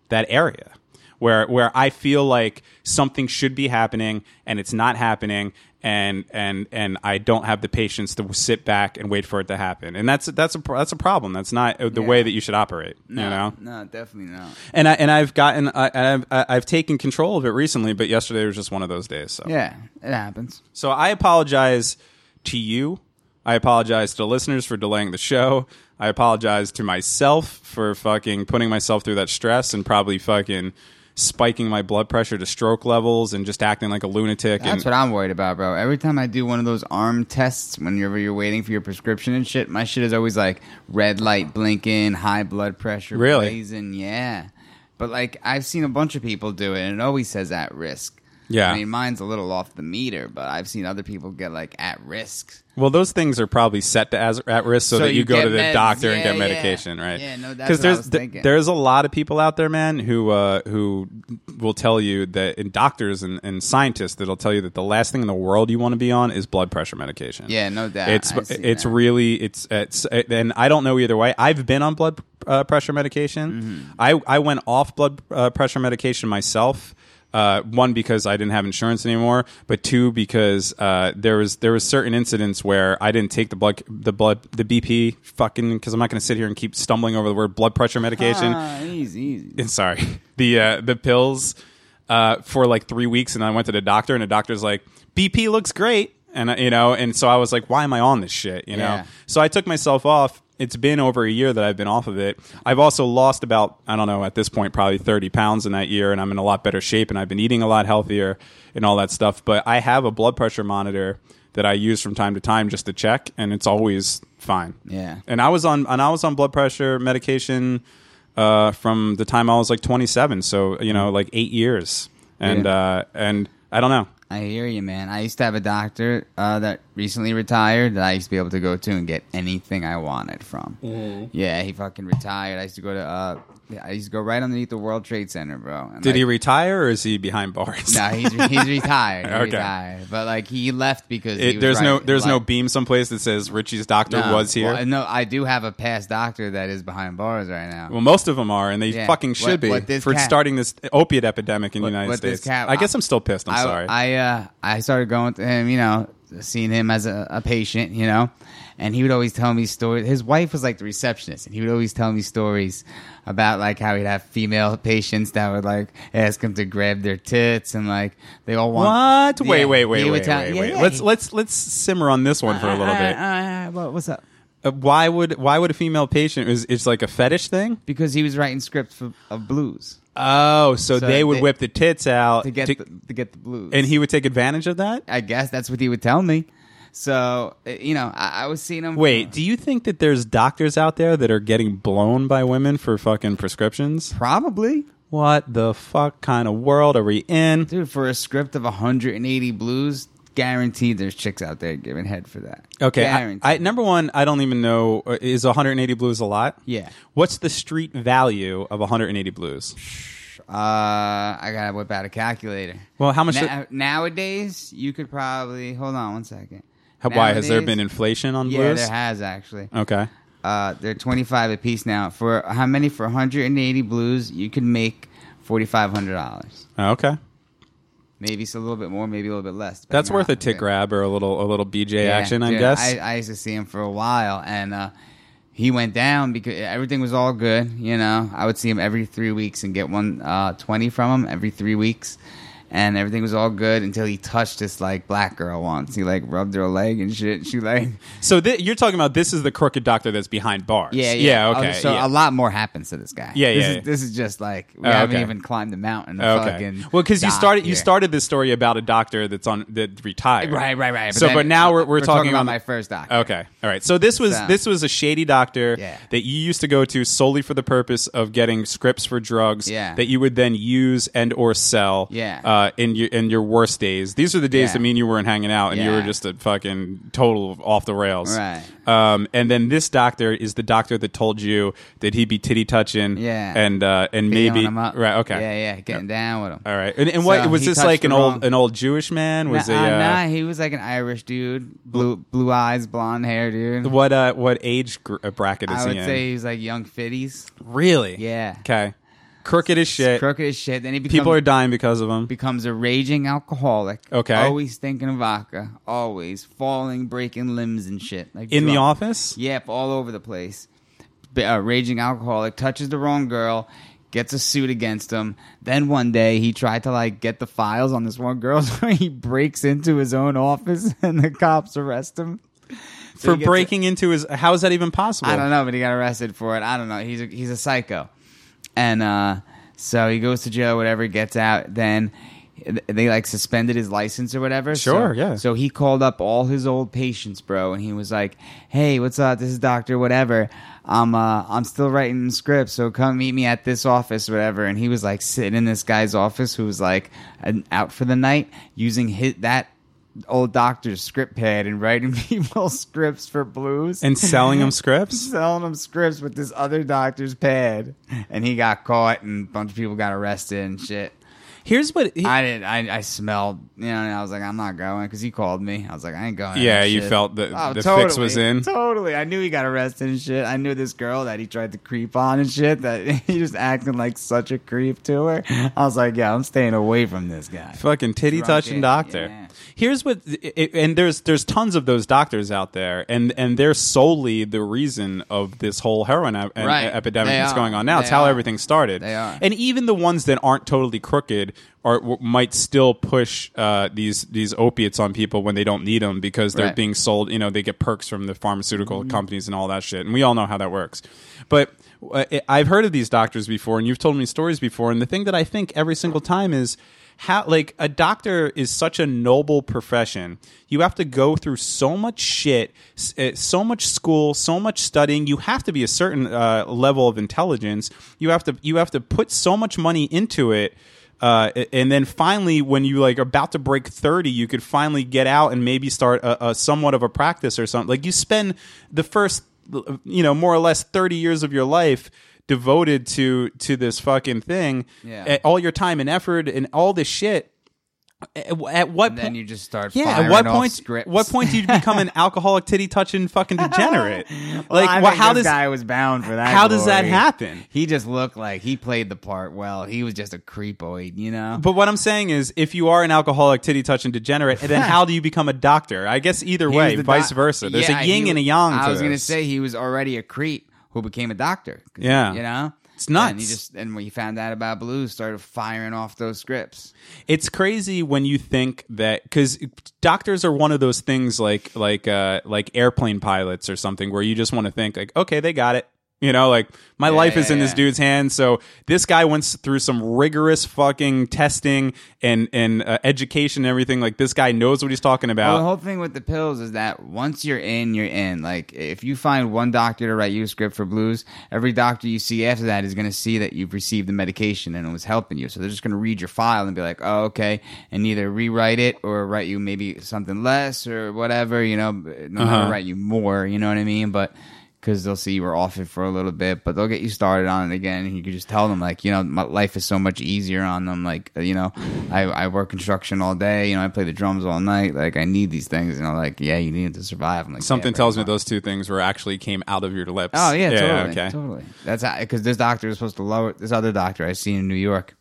Speaker 2: that area where where I feel like something should be happening and it's not happening and and and I don't have the patience to sit back and wait for it to happen. And that's that's a pro- that's a problem. That's not the way that you should operate, you know.
Speaker 1: No, definitely not.
Speaker 2: And I and I've gotten I, I've I- I've taken control of it recently, but yesterday was just one of those days. So
Speaker 1: Yeah, it happens.
Speaker 2: so I apologize to you. I apologize to listeners for delaying the show. I apologize to myself for fucking putting myself through that stress and probably fucking spiking my blood pressure to stroke levels and just acting like a lunatic.
Speaker 1: That's
Speaker 2: and
Speaker 1: what I'm worried about, bro. Every time I do one of those arm tests, whenever you're waiting for your prescription and shit, my shit is always like red light blinking, high blood pressure,
Speaker 2: Really?
Speaker 1: blazing, yeah. But like I've seen a bunch of people do it, and it always says at risk.
Speaker 2: Yeah.
Speaker 1: I mean mine's a little off the meter, but I've seen other people get like at risk.
Speaker 2: well, those things are probably set to as, at risk so,
Speaker 1: So
Speaker 2: that you,
Speaker 1: you
Speaker 2: go
Speaker 1: get
Speaker 2: to the
Speaker 1: meds.
Speaker 2: doctor and
Speaker 1: Yeah,
Speaker 2: get
Speaker 1: yeah.
Speaker 2: medication, right?
Speaker 1: Yeah, no, that's what I
Speaker 2: there's
Speaker 1: was
Speaker 2: th-
Speaker 1: thinking.
Speaker 2: there's a lot of people out there, man, who uh, who will tell you that and doctors and, and scientists that'll tell you that the last thing in the world you want to be on is blood pressure medication.
Speaker 1: Yeah, no doubt.
Speaker 2: it's
Speaker 1: I've seen
Speaker 2: it's
Speaker 1: that.
Speaker 2: really it's it's and I don't know either way. I've been on blood uh, pressure medication. I I went off blood uh, pressure medication myself. Uh, one because I didn't have insurance anymore, but two because uh, there was there was certain incidents where I didn't take the blood the blood the BP fucking because I'm not going to sit here and keep stumbling over the word blood pressure medication
Speaker 1: Ah, easy, easy.
Speaker 2: *laughs* and sorry the uh, the pills uh, for like three weeks, and I went to the doctor, and the doctor's like, "BP looks great," and I- you know, and so I was like, "Why am I on this shit?" You know,
Speaker 1: Yeah.
Speaker 2: so I took myself off. It's been over a year that I've been off of it. I've also lost about I don't know at this point probably thirty pounds in that year, and I'm in a lot better shape, and I've been eating a lot healthier and all that stuff. But I have a blood pressure monitor that I use from time to time just to check, and it's always fine.
Speaker 1: Yeah.
Speaker 2: And I was on and I was on blood pressure medication uh, from the time I was like 27, so you know, like eight years. And
Speaker 1: Yeah.
Speaker 2: uh, and I don't know.
Speaker 1: I hear you, man. I used to have a doctor uh, that recently retired that I used to be able to go to and get anything I wanted from.
Speaker 2: Mm-hmm.
Speaker 1: Yeah, he fucking retired. I used to go to. Uh, I used to go right underneath the World Trade Center, bro. And,
Speaker 2: Did he
Speaker 1: like,
Speaker 2: retire or is he behind bars?
Speaker 1: No, he's he's retired. He's
Speaker 2: Okay.
Speaker 1: retired. But like he left because he
Speaker 2: *laughs* It-
Speaker 1: was
Speaker 2: there's
Speaker 1: right-
Speaker 2: no there's no
Speaker 1: like-
Speaker 2: beam someplace that says Richie's doctor
Speaker 1: No.
Speaker 2: was here.
Speaker 1: Well,
Speaker 2: Well,
Speaker 1: no, I do have a past doctor that is behind bars right now.
Speaker 2: most of them are, and they
Speaker 1: Yeah.
Speaker 2: fucking should
Speaker 1: What-
Speaker 2: be
Speaker 1: what this
Speaker 2: for
Speaker 1: cat-
Speaker 2: starting this opiate epidemic in
Speaker 1: What-
Speaker 2: the United
Speaker 1: what this
Speaker 2: States.
Speaker 1: cat-
Speaker 2: I guess I'm still pissed. I'm
Speaker 1: I,
Speaker 2: sorry.
Speaker 1: I uh, I started going to him, you know, seeing him as a, a patient, you know, and he would always tell me stories. His wife was like the receptionist, and he would always tell me stories about like how he'd have female *laughs* patients that would like ask him to grab their tits, and like they all want
Speaker 2: what? Wait,
Speaker 1: Yeah,
Speaker 2: wait, wait,
Speaker 1: he would
Speaker 2: wait,
Speaker 1: tell-
Speaker 2: wait,
Speaker 1: yeah,
Speaker 2: wait.
Speaker 1: yeah,
Speaker 2: Let's
Speaker 1: he-
Speaker 2: let's let's simmer on this one for a
Speaker 1: *laughs*
Speaker 2: little
Speaker 1: Uh,
Speaker 2: bit.
Speaker 1: uh, uh, what- what's up?
Speaker 2: Uh, why would why would a female patient is it's like a fetish thing?
Speaker 1: Because he was writing scripts for, of blues
Speaker 2: Oh, so,
Speaker 1: So
Speaker 2: they would
Speaker 1: they-
Speaker 2: whip the tits out
Speaker 1: to get
Speaker 2: to-
Speaker 1: the, to get the blues,
Speaker 2: and he would take advantage of that.
Speaker 1: I guess that's what he would tell me. So uh, you know, I, I was seeing him.
Speaker 2: Wait, do you think that there's doctors out there that are getting blown by women for fucking prescriptions?
Speaker 1: probably.
Speaker 2: What the fuck kind of world are we in?
Speaker 1: Dude, for a script of 180 blues, guaranteed there's chicks out there giving head for that.
Speaker 2: Okay, I,
Speaker 1: Guaranteed.
Speaker 2: I, number one, I don't even know uh, is 180 blues a lot?
Speaker 1: Yeah.
Speaker 2: What's the street value of 180 blues?
Speaker 1: uh, I gotta whip out a calculator.
Speaker 2: Well, how much?
Speaker 1: Na- nowadays, you could probably hold on one second.
Speaker 2: how- why has there
Speaker 1: Nowadays-
Speaker 2: been inflation on
Speaker 1: Yeah,
Speaker 2: blues?
Speaker 1: there has actually.
Speaker 2: okay.
Speaker 1: Uh, they're 25 a piece now. For how many? For 180 blues, you could make. Forty-five hundred dollars,
Speaker 2: Okay.
Speaker 1: maybe it's a little bit more, maybe a little bit less. depending
Speaker 2: That's
Speaker 1: on
Speaker 2: worth
Speaker 1: how
Speaker 2: a tit
Speaker 1: big.
Speaker 2: grab or a little a little BJ
Speaker 1: Yeah,
Speaker 2: action, I
Speaker 1: dude,
Speaker 2: guess.
Speaker 1: I, I used to see him for a while, and uh, he went down because everything was all good. You know, I would see him every three weeks and get one uh, twenty from him every three weeks, and everything was all good until he touched this like black girl once. He like rubbed her leg and shit. She like,
Speaker 2: *laughs* so thi- you're talking about this is the crooked doctor that's behind bars.
Speaker 1: yeah, yeah,
Speaker 2: okay.
Speaker 1: Oh, So
Speaker 2: yeah.
Speaker 1: a lot more happens to this guy.
Speaker 2: Yeah,
Speaker 1: this
Speaker 2: yeah,
Speaker 1: Is,
Speaker 2: yeah.
Speaker 1: This is just like we
Speaker 2: Oh,
Speaker 1: haven't
Speaker 2: okay.
Speaker 1: even climbed the mountain.
Speaker 2: Okay.
Speaker 1: Fucking
Speaker 2: Well, because you
Speaker 1: dock
Speaker 2: started you
Speaker 1: here.
Speaker 2: started this story about a doctor that's on that retired.
Speaker 1: Right, right, right.
Speaker 2: so,
Speaker 1: then
Speaker 2: but now we're, we're, talking,
Speaker 1: about
Speaker 2: on-
Speaker 1: my first doctor.
Speaker 2: Okay. All right. So this was
Speaker 1: So-
Speaker 2: this was a shady doctor
Speaker 1: Yeah.
Speaker 2: that you used to go to solely for the purpose of getting scripts for drugs
Speaker 1: Yeah.
Speaker 2: that you would then use and or sell.
Speaker 1: Yeah.
Speaker 2: Uh, in your in your worst days. These are the days
Speaker 1: Yeah.
Speaker 2: that mean you weren't hanging out and you were
Speaker 1: Yeah.
Speaker 2: just a fucking total off the rails.
Speaker 1: Right.
Speaker 2: Um, and then this doctor is the doctor that told you that he'd be titty touching.
Speaker 1: Yeah.
Speaker 2: And uh, and
Speaker 1: Feeling
Speaker 2: maybe
Speaker 1: him up.
Speaker 2: right. Okay.
Speaker 1: Yeah, yeah. Getting down with him.
Speaker 2: All right. And, and what
Speaker 1: So
Speaker 2: was
Speaker 1: he
Speaker 2: this
Speaker 1: touched
Speaker 2: like?
Speaker 1: the
Speaker 2: An
Speaker 1: wrong-
Speaker 2: old an old Jewish man? Was
Speaker 1: nah,
Speaker 2: he?
Speaker 1: uh, nah,
Speaker 2: Uh,
Speaker 1: he was like an Irish dude, blue blue eyes, blonde hair, dude.
Speaker 2: What uh what age gr- uh, bracket is
Speaker 1: I
Speaker 2: he
Speaker 1: would
Speaker 2: in?
Speaker 1: say he was like young fitties,
Speaker 2: Really?
Speaker 1: Yeah.
Speaker 2: Okay. Crooked as shit.
Speaker 1: crooked as shit. Then he becomes,
Speaker 2: People are dying because of him.
Speaker 1: becomes a raging alcoholic.
Speaker 2: Okay.
Speaker 1: always thinking of vodka, always falling, breaking limbs and shit. Like
Speaker 2: in the
Speaker 1: drunk.
Speaker 2: office?
Speaker 1: Yep, all over the place. B- A raging alcoholic touches the wrong girl, gets a suit against him. Then one day he tried to like get the files on this one girl, *laughs* so he breaks into his own office *laughs* and the cops arrest him So
Speaker 2: For
Speaker 1: he gets a-
Speaker 2: breaking into his how is that even possible?
Speaker 1: I don't know, but he got arrested for it. I don't know. He's a, he's a psycho, and uh, so he goes to jail. Whatever, gets out. Then they like suspended his license or whatever. So-
Speaker 2: Sure, yeah.
Speaker 1: So he called up all his old patients, bro, and he was like, "Hey, what's up? This is Doctor Whatever. I'm uh, I'm still writing scripts, so come meet me at this office, whatever." And he was like sitting in this guy's office who was like an, out for the night, using his that. Old doctor's script pad and writing *laughs* people scripts for blues
Speaker 2: And
Speaker 1: *laughs*
Speaker 2: selling him scripts?
Speaker 1: selling him scripts with this other doctor's pad, and he got caught, and a bunch of people got arrested and shit.
Speaker 2: Here's what he-
Speaker 1: I didn't. I, I smelled, you know, and I was like, I'm not going because he called me. I was like, I ain't going. to
Speaker 2: Yeah,
Speaker 1: that
Speaker 2: you
Speaker 1: shit. Oh,
Speaker 2: felt the- the fix was in?
Speaker 1: Totally. I knew he got arrested and shit. I knew this girl that he tried to creep on and shit. That *laughs* he just acting like such a creep to her. I was like, yeah, I'm staying away from this guy.
Speaker 2: fucking titty
Speaker 1: Drunk
Speaker 2: touching
Speaker 1: it,
Speaker 2: doctor.
Speaker 1: yeah.
Speaker 2: Here's what, it, and there's there's tons of those doctors out there, and and they're solely the reason of this whole heroin ep- and-
Speaker 1: Right.
Speaker 2: epidemic
Speaker 1: They
Speaker 2: that's
Speaker 1: are.
Speaker 2: going on now. it's
Speaker 1: They
Speaker 2: how
Speaker 1: are.
Speaker 2: everything started.
Speaker 1: They are.
Speaker 2: and even the ones that aren't totally crooked are w- might still push uh, these these opiates on people when they don't need them because they're
Speaker 1: Right.
Speaker 2: being sold. You know, they get perks from the pharmaceutical companies and all that shit, and we all know how that works. But uh, I've heard of these doctors before, and you've told me stories before. And the thing that I think every single time is how, like, a doctor is such a noble profession. You have to go through so much shit, s- uh, so much school, so much studying. You have to be a certain uh, level of intelligence. You have to you have to put so much money into it Uh, a- and then finally, when you like are about to break thirty, you could finally get out and maybe start a, a somewhat of a practice or something. Like you spend the first, you know, more or less thirty years of your life devoted to to this fucking thing.
Speaker 1: Yeah.
Speaker 2: A- all your time and effort and all this shit. At, at what
Speaker 1: then
Speaker 2: po-
Speaker 1: you just start.
Speaker 2: yeah, at
Speaker 1: firing
Speaker 2: what
Speaker 1: off
Speaker 2: point?
Speaker 1: Scripts.
Speaker 2: What point do you
Speaker 1: *laughs*
Speaker 2: become an alcoholic, titty touching, fucking degenerate?
Speaker 1: Well,
Speaker 2: Like,
Speaker 1: I
Speaker 2: wha-
Speaker 1: think
Speaker 2: how
Speaker 1: this
Speaker 2: does
Speaker 1: guy was bound for that?
Speaker 2: how does that
Speaker 1: glory.
Speaker 2: happen?
Speaker 1: He just looked like he played the part well. He was just a creepoid, you know.
Speaker 2: But what I'm saying is, if you are an alcoholic, titty touching
Speaker 1: *laughs*
Speaker 2: degenerate, then how do you become a doctor? I guess either
Speaker 1: He was
Speaker 2: way,
Speaker 1: the
Speaker 2: vice
Speaker 1: doc-
Speaker 2: versa. There's
Speaker 1: Yeah,
Speaker 2: a yin
Speaker 1: he-
Speaker 2: and a yang.
Speaker 1: I
Speaker 2: to
Speaker 1: was gonna
Speaker 2: this.
Speaker 1: say he was already a creep who became a doctor.
Speaker 2: Yeah.
Speaker 1: you know,
Speaker 2: It's nuts.
Speaker 1: And he just and when he found out about blues, started firing off those scripts.
Speaker 2: it's crazy when you think that because doctors are one of those things like like uh, like airplane pilots or something where you just want to think like, okay, they got it. You know, like my life is
Speaker 1: yeah,
Speaker 2: in this
Speaker 1: yeah.
Speaker 2: dude's hands. So this guy went s- through some rigorous fucking testing and and uh, education and everything. Like this guy knows what he's talking
Speaker 1: Well, the
Speaker 2: about.
Speaker 1: whole thing with the pills is that once you're in, you're in. Like if you find one doctor to write you a script for blues, every doctor you see after that is going to see that you've received the medication and it was helping you. So they're just going to read your file and be like, "Oh, okay," and either rewrite it or write you maybe something less or whatever. You know, no matter write you more. You know what I mean? But because they'll see you were off it for a little bit, but they'll get you started on it again. And you can just tell them, like, you know, my life is so much easier on them. Like, you know, I, I work construction all day. You know, I play the drums all night. Like, I need these things. And they're like, yeah, you need it to survive. I'm like,
Speaker 2: Something
Speaker 1: yeah,
Speaker 2: tells me
Speaker 1: right.
Speaker 2: those two things were actually came out of your lips.
Speaker 1: Oh, yeah, totally.
Speaker 2: okay.
Speaker 1: Totally. That's because this doctor was supposed to lower, this other doctor I seen in New York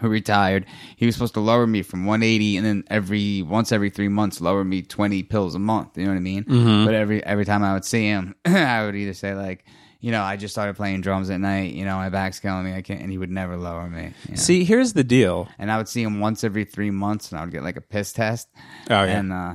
Speaker 1: who retired, he was supposed to lower me from 180 and then every once every 3 months lower me 20 pills a month, you know what I mean? But every every time I would see him, *clears throat* I would either say like, you know, I just started playing drums at night, you know, my back's killing me, I can't and he would never lower me. you know?
Speaker 2: See, here's the deal.
Speaker 1: and I would see him once every three months, and I would get like a piss test.
Speaker 2: Oh, yeah.
Speaker 1: And uh,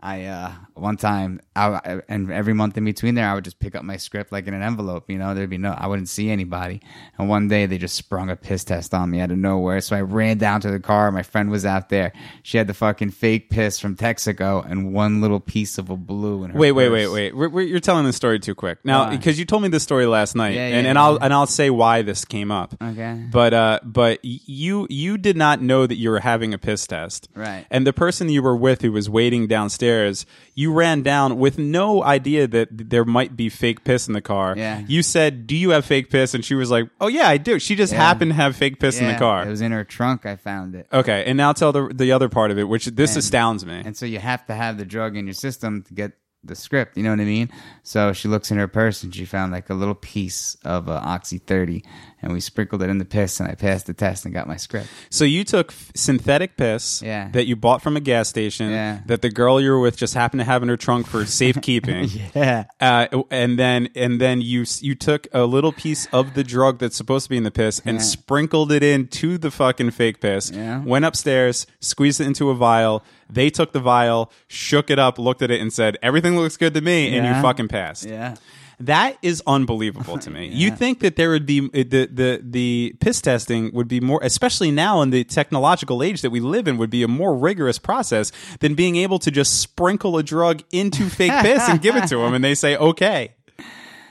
Speaker 1: I uh, one time, I, I- and every month in between there, I would just pick up my script like in an envelope. You know, there'd be no, I wouldn't see anybody. And one day they just sprung a piss test on me out of nowhere. So I ran down to the car. My friend was out there. She had the fucking fake piss from Texaco and one little piece of a blue in her.
Speaker 2: Wait, wait,
Speaker 1: purse.
Speaker 2: wait, wait. We're, we're, you're telling this story too quick now because you told me this story last night,
Speaker 1: Yeah,
Speaker 2: and,
Speaker 1: yeah,
Speaker 2: and
Speaker 1: yeah.
Speaker 2: I'll and I'll say why this came up.
Speaker 1: Okay.
Speaker 2: But uh, but y- you you did not know that you were having a piss test,
Speaker 1: Right.
Speaker 2: And the person you were with who was waiting downstairs, you ran down with no idea that there might be fake piss in the car.
Speaker 1: Yeah.
Speaker 2: You said, "Do you have fake piss?" And she was like, "Oh yeah, I do." She just happened to have fake piss in
Speaker 1: Yeah,
Speaker 2: the car.
Speaker 1: It was in her trunk. I found it.
Speaker 2: okay, and now tell the the other part of it, which this astounds me.
Speaker 1: And so you have to have the drug in your system to get the script. You know what I mean? So she looks in her purse and she found like a little piece of uh, Oxy 30 and we sprinkled it in the piss and I passed the test and got my
Speaker 2: *laughs*
Speaker 1: script.
Speaker 2: So you took f- synthetic piss
Speaker 1: Yeah.
Speaker 2: that you bought from a gas station
Speaker 1: Yeah.
Speaker 2: that the girl you were with just happened to have in her trunk for safekeeping.
Speaker 1: *laughs* Yeah.
Speaker 2: Uh, and then and then you s- you took a little piece of the drug that's supposed to be in the piss and sprinkled it into the fucking fake piss.
Speaker 1: Yeah.
Speaker 2: Went upstairs, squeezed it into a vial. They took the vial, shook it up, looked at it, and said, "Everything looks good to me." And you
Speaker 1: Yeah.
Speaker 2: fucking passed.
Speaker 1: Yeah.
Speaker 2: That is unbelievable
Speaker 1: *laughs*
Speaker 2: to me. You think that there would be eh, the the the piss testing would be more, especially now in the technological age that we live in, would be a more rigorous process than being able to just sprinkle a drug into fake piss and give it to them, and they say okay.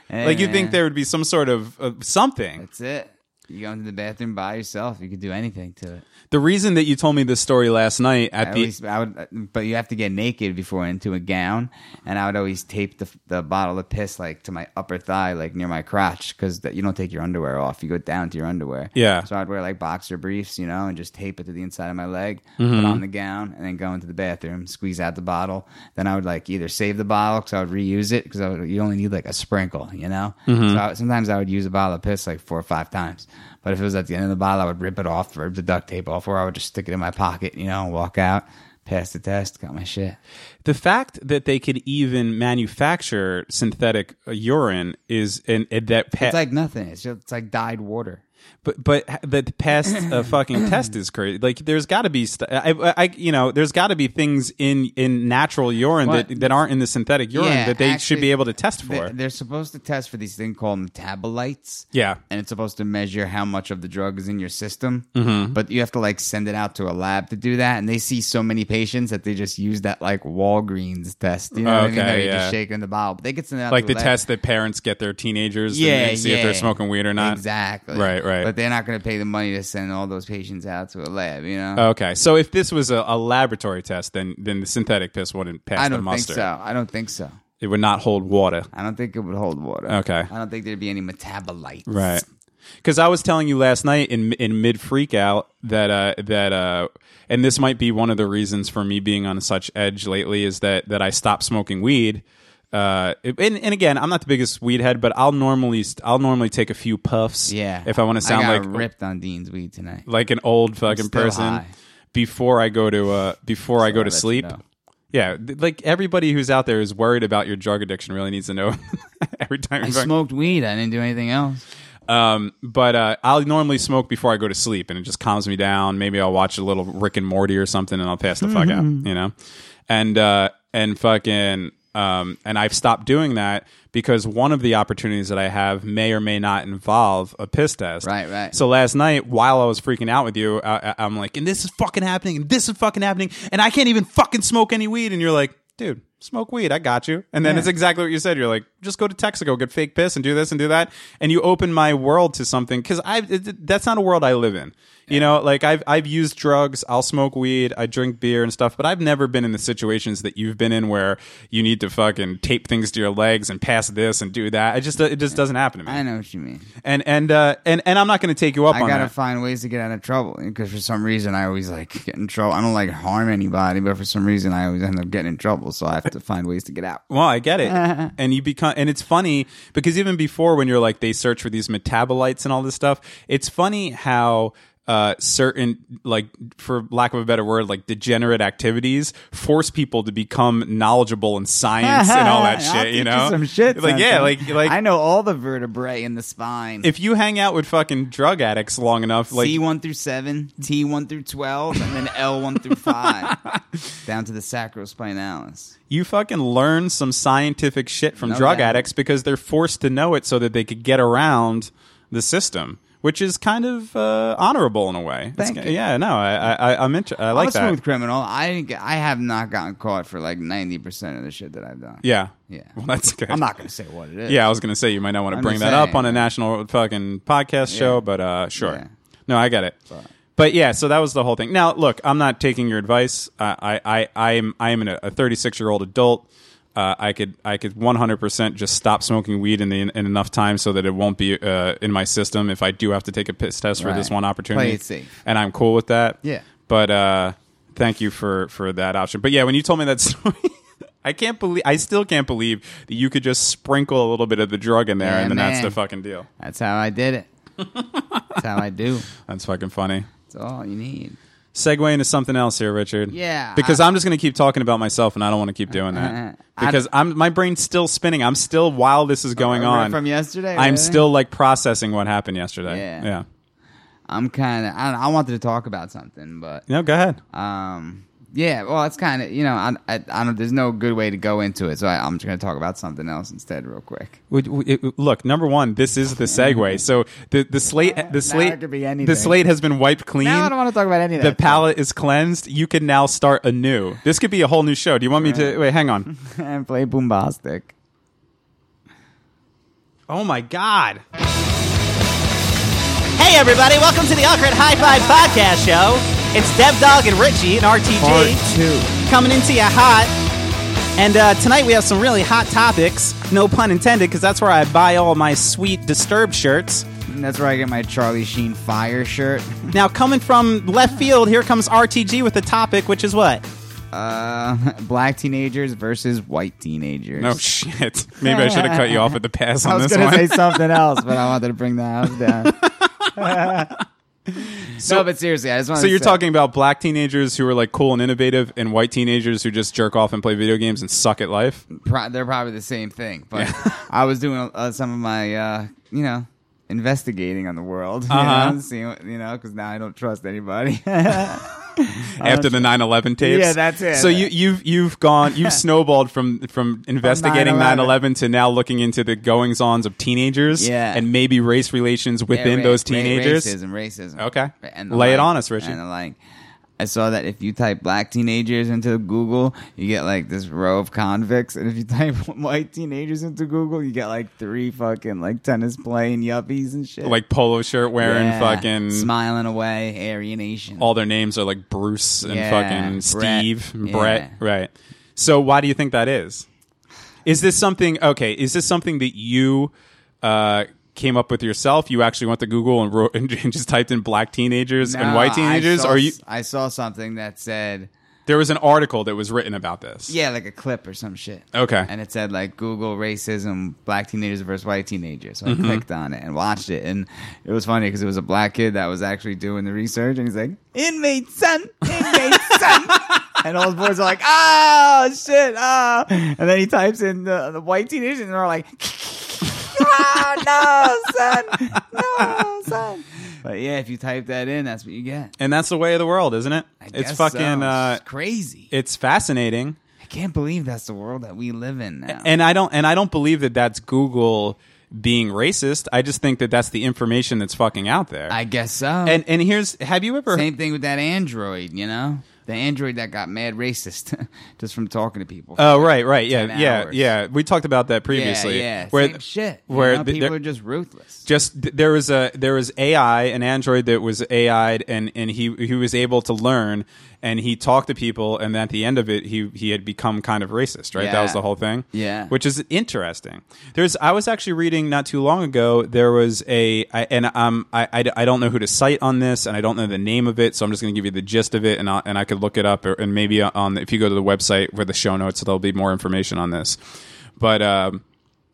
Speaker 2: like you think there would be some sort of uh, something.
Speaker 1: That's it. You go into the bathroom by yourself. You could do anything to it.
Speaker 2: The reason that you told me this story last night at
Speaker 1: At
Speaker 2: the
Speaker 1: least I would, uh, but you have to get naked before into a gown. And I would always tape the, the bottle of piss like to my upper thigh, like near my crotch, because you don't take your underwear off. You go down to your underwear.
Speaker 2: Yeah.
Speaker 1: So I'd wear like boxer briefs, you know, and just tape it to the inside of my leg, put on the gown, and then go into the bathroom, squeeze out the bottle. Then I would like either save the bottle because I would reuse it because you only need like a sprinkle, you know. So I, sometimes I would use a bottle of piss like four or five times, but if it was at the end of the bottle, I would rip it off, rip the duct tape off, or I would just stick it in my pocket, you know, and walk out. Pass the test, got my shit.
Speaker 2: the fact that they could even manufacture synthetic uh, urine is and, and that pa-
Speaker 1: It's like nothing. It's just it's like dyed water.
Speaker 2: But but h- the past
Speaker 1: *laughs*
Speaker 2: uh, fucking test is crazy. Like there's got to be st- I, I- I you know there's got to be things in in natural urine
Speaker 1: What?
Speaker 2: that, that aren't in the synthetic urine
Speaker 1: Yeah,
Speaker 2: that they should
Speaker 1: actually,
Speaker 2: be able to test
Speaker 1: They-
Speaker 2: for.
Speaker 1: They're supposed to test for these thing called metabolites.
Speaker 2: yeah.
Speaker 1: and it's supposed to measure how much of the drug is in your system.
Speaker 2: Mm-hmm.
Speaker 1: But you have to like send it out to a lab to do that, and they see so many patients that they just use that like Walgreens test. You know, what I mean?
Speaker 2: Okay,
Speaker 1: Where you
Speaker 2: yeah.
Speaker 1: just shake in the bottle, but they could send it out
Speaker 2: Like
Speaker 1: to
Speaker 2: the
Speaker 1: a lab.
Speaker 2: test that parents get their teenagers
Speaker 1: Yeah,
Speaker 2: and see if
Speaker 1: yeah.
Speaker 2: they're smoking weed or not.
Speaker 1: Exactly.
Speaker 2: Right, right.
Speaker 1: But they're not going to pay the money to send all those patients out to a lab, you know?
Speaker 2: Okay, so if this was a, a laboratory test, then then the synthetic piss wouldn't pass
Speaker 1: I
Speaker 2: the
Speaker 1: don't think
Speaker 2: muster.
Speaker 1: so. I don't think so.
Speaker 2: It would not hold water.
Speaker 1: I don't think it would hold water.
Speaker 2: Okay.
Speaker 1: I don't think there'd be any metabolites.
Speaker 2: Right. Because I was telling you last night in in mid freak out that uh, that uh, and this might be one of the reasons for me being on such edge lately is that that I stopped smoking weed. Uh, it- and, and again, I'm not the biggest weed head, but I'll normally I'll normally take a few puffs.
Speaker 1: Yeah.
Speaker 2: if I want to sound
Speaker 1: got
Speaker 2: like
Speaker 1: ripped on Dean's weed tonight.
Speaker 2: like an old fucking
Speaker 1: still
Speaker 2: person
Speaker 1: high.
Speaker 2: before I go to uh, before I go to
Speaker 1: let you
Speaker 2: sleep.
Speaker 1: know.
Speaker 2: Yeah, th- like everybody who's out there is worried about your drug addiction really needs to know *laughs* every time.
Speaker 1: I
Speaker 2: you're-
Speaker 1: smoked weed. I didn't do anything else.
Speaker 2: um, but uh, I'll normally smoke before I go to sleep, and it just calms me down. Maybe I'll watch a little Rick and Morty or something, and I'll pass the fuck out,
Speaker 1: Mm-hmm.
Speaker 2: you know. And uh, and fucking um, and I've stopped doing that because one of the opportunities that I have may or may not involve a piss test.
Speaker 1: Right, right.
Speaker 2: So last night, while I was freaking out with you, I, I- I'm like, and this is fucking happening, and this is fucking happening, and I can't even fucking smoke any weed, and you're like. Dude, smoke weed. I got you. And then
Speaker 1: Yeah.
Speaker 2: it's exactly what you said. You're like, just go to Texaco, get fake piss, and do this and do that. And you open my world to something because I it- that's not a world I live in. You know, like I've I've used drugs. I'll smoke weed. I drink beer and stuff. But I've never been in the situations that you've been in where you need to fucking tape things to your legs and pass this and do that. It just it just doesn't happen to me.
Speaker 1: I know what you mean.
Speaker 2: And and uh, and and I'm not going to take you up
Speaker 1: I
Speaker 2: on
Speaker 1: gotta
Speaker 2: that.
Speaker 1: find ways to get out of trouble because for some reason I always like get in trouble. I don't like harm anybody, but for some reason I always end up getting in trouble. So I have to find ways to get
Speaker 2: *laughs*
Speaker 1: out.
Speaker 2: Well,
Speaker 1: *laughs*
Speaker 2: I get it. and you become and it's funny because even before when you're like they search for these metabolites and all this stuff, it's funny how uh, certain like for lack of a better word like degenerate activities force people to become knowledgeable in science and all
Speaker 1: *laughs*
Speaker 2: that
Speaker 1: I'll
Speaker 2: shit
Speaker 1: teach
Speaker 2: you know
Speaker 1: some shit.
Speaker 2: like yeah like
Speaker 1: sometime.
Speaker 2: like
Speaker 1: I know all the vertebrae in the spine.
Speaker 2: if you hang out with fucking drug addicts long enough like
Speaker 1: C one through seven, T one through twelve, and then L one through
Speaker 2: *laughs*
Speaker 1: five, down to the sacrospinalis.
Speaker 2: you fucking learn some scientific shit from
Speaker 1: No
Speaker 2: drug
Speaker 1: doubt.
Speaker 2: addicts because they're forced to know it so that they could get around the system, which is kind of uh, honorable in a way. It's
Speaker 1: Thank
Speaker 2: ki-
Speaker 1: you.
Speaker 2: Yeah, no, I, I, I- I'm inter- I
Speaker 1: I'm
Speaker 2: like
Speaker 1: a
Speaker 2: that.
Speaker 1: smooth criminal. I didn't get- I have not gotten caught for like ninety percent of the shit that I've done.
Speaker 2: Yeah,
Speaker 1: Yeah.
Speaker 2: Well, that's good.
Speaker 1: I'm not gonna say what it is.
Speaker 2: Yeah, I was gonna say you might not want to
Speaker 1: I'm
Speaker 2: bring
Speaker 1: just
Speaker 2: that up
Speaker 1: saying.
Speaker 2: on a national fucking podcast show, but uh, sure.
Speaker 1: Yeah.
Speaker 2: No, I get it. But yeah, so that was the whole thing. Now, look, I'm not taking your advice. Uh, I, I, I am, I am an, a 36 year old adult. Uh, I could, I could 100 percent just stop smoking weed in the in enough time so that it won't be uh, in my system if I do have to take a piss test for
Speaker 1: Right.
Speaker 2: this one opportunity.
Speaker 1: Play it safe.
Speaker 2: And I'm cool with that.
Speaker 1: Yeah.
Speaker 2: But uh, thank you for for that option. But yeah, when you told me that *laughs* story. I can't believe I still can't believe that you could just sprinkle a little bit of the drug in there
Speaker 1: Yeah,
Speaker 2: and then that's
Speaker 1: man.
Speaker 2: the fucking deal.
Speaker 1: That's how I did it.
Speaker 2: *laughs*
Speaker 1: That's how I do.
Speaker 2: That's fucking funny.
Speaker 1: That's all you need.
Speaker 2: Segue into something else here, Richard.
Speaker 1: Yeah,
Speaker 2: Because
Speaker 1: I- Uh-huh.
Speaker 2: I, am just going to keep talking about myself and I don't want to keep doing that.
Speaker 1: I- Uh,
Speaker 2: Because I'm my brain's still spinning. I'm still while this is going
Speaker 1: Right
Speaker 2: on.
Speaker 1: from yesterday.
Speaker 2: I'm
Speaker 1: really?
Speaker 2: still like processing what happened yesterday.
Speaker 1: Yeah.
Speaker 2: Yeah.
Speaker 1: I'm kind of. I, don't know, I wanted to talk about something, but
Speaker 2: No, go ahead.
Speaker 1: um, yeah. Well, it's kind of you know. I, I, I don't. There's no good way to go into it, so I, I'm just gonna talk about something else instead, real quick.
Speaker 2: Would- would- it- Look, number one, this is
Speaker 1: *laughs*
Speaker 2: the segue. So the, the slate the slate
Speaker 1: could be anything.
Speaker 2: the slate has been wiped clean.
Speaker 1: Now I don't want to talk about any of
Speaker 2: the
Speaker 1: that. stuff.
Speaker 2: palette is cleansed. You can now start anew. This could be a whole new show. Do you want me to wait?
Speaker 1: *laughs*
Speaker 2: Hang on.
Speaker 1: and play bombastic.
Speaker 2: Oh my god!
Speaker 3: Hey, everybody, welcome to the Awkward High Five Podcast Show. It's Dev Dog and Richie and RTG
Speaker 1: two.
Speaker 3: coming into you hot. And uh, tonight we have some really hot topics, no pun intended, because that's where I buy all my sweet Disturbed shirts.
Speaker 1: And that's where I get my Charlie Sheen fire shirt. *laughs*
Speaker 3: Now, coming from left field, here comes RTG with the topic, which is what?
Speaker 1: Uh, black teenagers versus white teenagers. *laughs*
Speaker 2: No shit. Maybe I should have cut you off at the pass
Speaker 1: I
Speaker 2: on
Speaker 1: was
Speaker 2: this
Speaker 1: gonna
Speaker 2: one.
Speaker 1: say
Speaker 2: *laughs*
Speaker 1: something else, but I wanted to bring the house down. so, no, but seriously, I just want.
Speaker 2: so you're talking about black teenagers who are like cool and innovative, and white teenagers who just jerk off and play video games and suck at life.
Speaker 1: pro- they're probably the same thing, but *laughs* I was doing uh, some of my, uh, you know, investigating on the world, *laughs* you
Speaker 2: Uh-huh.
Speaker 1: know, seeing, what- you know, because now I don't trust anybody.
Speaker 2: After the 9/11 tapes,
Speaker 1: Yeah, that's it.
Speaker 2: So you, you've you've
Speaker 1: *laughs*
Speaker 2: gone you've snowballed from from investigating
Speaker 1: 9/11.
Speaker 2: 9/11 to now looking into the goings ons of teenagers,
Speaker 1: Yeah.
Speaker 2: and maybe race relations
Speaker 1: *laughs*
Speaker 2: within
Speaker 1: Yeah, ra-
Speaker 2: those
Speaker 1: ra-
Speaker 2: teenagers.
Speaker 1: racism, racism.
Speaker 2: Okay.
Speaker 1: and the
Speaker 2: Lay it
Speaker 1: like,
Speaker 2: on us, Richie.
Speaker 1: And the like, I saw that if you type black teenagers into Google, you get like this row of convicts, and if you *laughs* type white teenagers into Google, you get like three fucking like tennis playing yuppies and shit,
Speaker 2: like polo shirt wearing
Speaker 1: Yeah.
Speaker 2: fucking.
Speaker 1: smiling away, Aryanation.
Speaker 2: all their names are like Bruce and
Speaker 1: Yeah,
Speaker 2: fucking
Speaker 1: Brett.
Speaker 2: Steve, and
Speaker 1: Yeah.
Speaker 2: Brett, right? So why do you think that is? Is this something okay? Is this something that you uh, came up with yourself? You actually went to Google and wrote *laughs* and just typed in black teenagers and
Speaker 1: No,
Speaker 2: white
Speaker 1: I
Speaker 2: teenagers?
Speaker 1: saw
Speaker 2: Or you?
Speaker 1: s- I saw something that said,
Speaker 2: There was an article that was written about this.
Speaker 1: yeah, like a clip or some shit.
Speaker 2: Okay.
Speaker 1: And it said like Google racism, black teenagers versus white teenagers. So
Speaker 2: Mm-hmm.
Speaker 1: I clicked on it and watched it, and it was funny because it was a black kid that was actually doing the research, and he's like, "Inmate son, inmate
Speaker 2: *laughs*
Speaker 1: son," and all the boys are like, "Oh shit, oh," and then he types in the, the white teenagers, and they're like. *laughs* oh no, son! No, son! But yeah, if you type that in, that's what you get.
Speaker 2: And that's the way of the world, isn't it?
Speaker 1: I
Speaker 2: it's
Speaker 1: guess
Speaker 2: fucking.
Speaker 1: so. It's
Speaker 2: Uh,
Speaker 1: crazy.
Speaker 2: it's fascinating.
Speaker 1: I can't believe that's the world that we live in now.
Speaker 2: and I don't and I don't believe that that's Google being racist. I just think that that's the information that's fucking out there.
Speaker 1: I guess so.
Speaker 2: and and here's have you ever
Speaker 1: Mm-hmm. same thing with that Android, you know, the Android that got mad racist *laughs* just from talking to people.
Speaker 2: Oh right, right, yeah,
Speaker 1: 10
Speaker 2: yeah,
Speaker 1: hours.
Speaker 2: yeah. We talked about that
Speaker 1: yeah,
Speaker 2: previously.
Speaker 1: yeah,
Speaker 2: where
Speaker 1: same shit. you
Speaker 2: where
Speaker 1: know,
Speaker 2: the-
Speaker 1: people
Speaker 2: the-
Speaker 1: are just ruthless.
Speaker 2: just th- there was a there was AI an android that was AI'd and and he he was able to learn and he talked to people and at the end of it he he had become kind of racist right that
Speaker 1: Yeah.
Speaker 2: was the whole thing
Speaker 1: Yeah.
Speaker 2: which is interesting there's I was actually reading not too long ago there was a I, and um I, I I don't know who to cite on this and I don't know the name of it so I'm just gonna give you the gist of it and I, and I could look it up or, and maybe on the, if you go to the website where the show notes there'll be more information on this but. um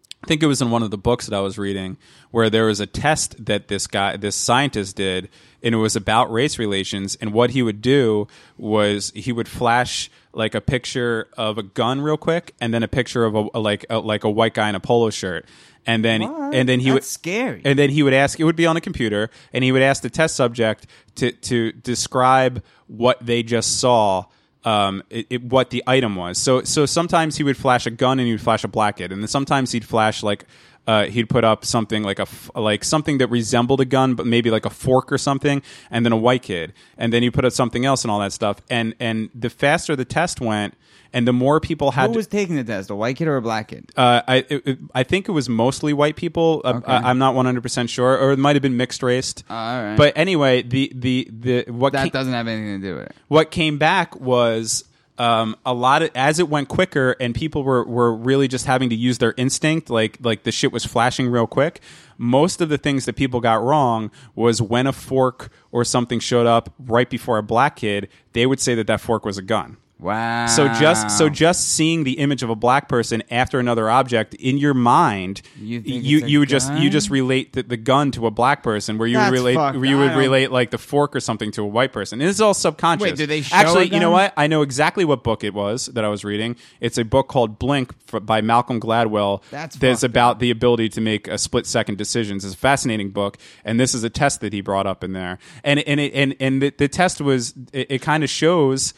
Speaker 2: I think it was in one of the books that I was reading where there was a test that this guy, this scientist did, and it was about race relations. And what he would do was he would flash like a picture of a gun real quick, and then a picture of a, a- like a, like a white guy in a polo shirt, and then
Speaker 1: What?
Speaker 2: and then he
Speaker 1: That's
Speaker 2: would
Speaker 1: scary.
Speaker 2: and then he would ask it would be on a computer and he would ask the test subject to to describe what they just saw um, it, it, what the item was. So so sometimes he would flash a gun and he would flash a black kid, and then sometimes he'd flash like uh, he'd put up something like a f- like something that resembled a gun, but maybe like a fork or something, and then a white kid, and then he put up something else and all that stuff. And and the faster the test went, and the more people had
Speaker 1: Who
Speaker 2: to-
Speaker 1: was taking the test, a white kid or a black kid?
Speaker 2: uh, I it, it- I think it was mostly white people. Uh, I, I'm not 100 percent sure, or it might have been mixed raced.
Speaker 1: Uh, all right.
Speaker 2: But anyway, the the the what
Speaker 1: that
Speaker 2: came,
Speaker 1: doesn't have anything to do with it.
Speaker 2: what came back was um, a lot of as it went quicker and people were, were really just having to use their instinct like like the shit was flashing real quick most of the things that people got wrong was when a fork or something showed up right before a black kid they would say that that fork was a gun
Speaker 1: Wow.
Speaker 2: so just so just seeing the image of a black person after another object in your mind,
Speaker 1: You
Speaker 2: you
Speaker 1: think
Speaker 2: you,
Speaker 1: it's a
Speaker 2: just you
Speaker 1: gun?
Speaker 2: just relate the, the gun to a black person, where you would
Speaker 1: That's
Speaker 2: relate
Speaker 1: fucked.
Speaker 2: where you
Speaker 1: I
Speaker 2: would
Speaker 1: don't-
Speaker 2: relate like the fork or something to a white person. And it's all subconscious.
Speaker 1: Wait, did they show
Speaker 2: actually?
Speaker 1: a
Speaker 2: You know
Speaker 1: gun?
Speaker 2: what? I know exactly what book it was that I was reading. It's a book called Blink f by Malcolm Gladwell.
Speaker 1: That's fucked
Speaker 2: about the ability to make a split second decisions. It's a fascinating book, and this is a test that he brought up in there. And and it, and and the, the test was it, it kind of shows.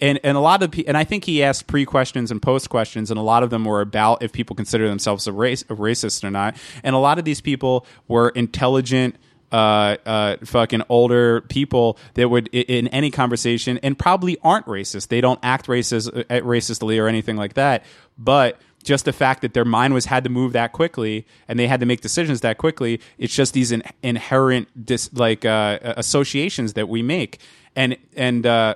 Speaker 2: And, and a lot of pe- and I think he asked pre questions and post questions and a lot of them were about if people consider themselves a race a racist or not and a lot of these people were intelligent uh, uh, fucking older people that would i- in any conversation and probably aren't racist. They don't act racist uh, racistly or anything like that. But just the fact that their mind was had to move that quickly and they had to make decisions that quickly. It's just these in, inherent dis, like uh, associations that we make, and and uh,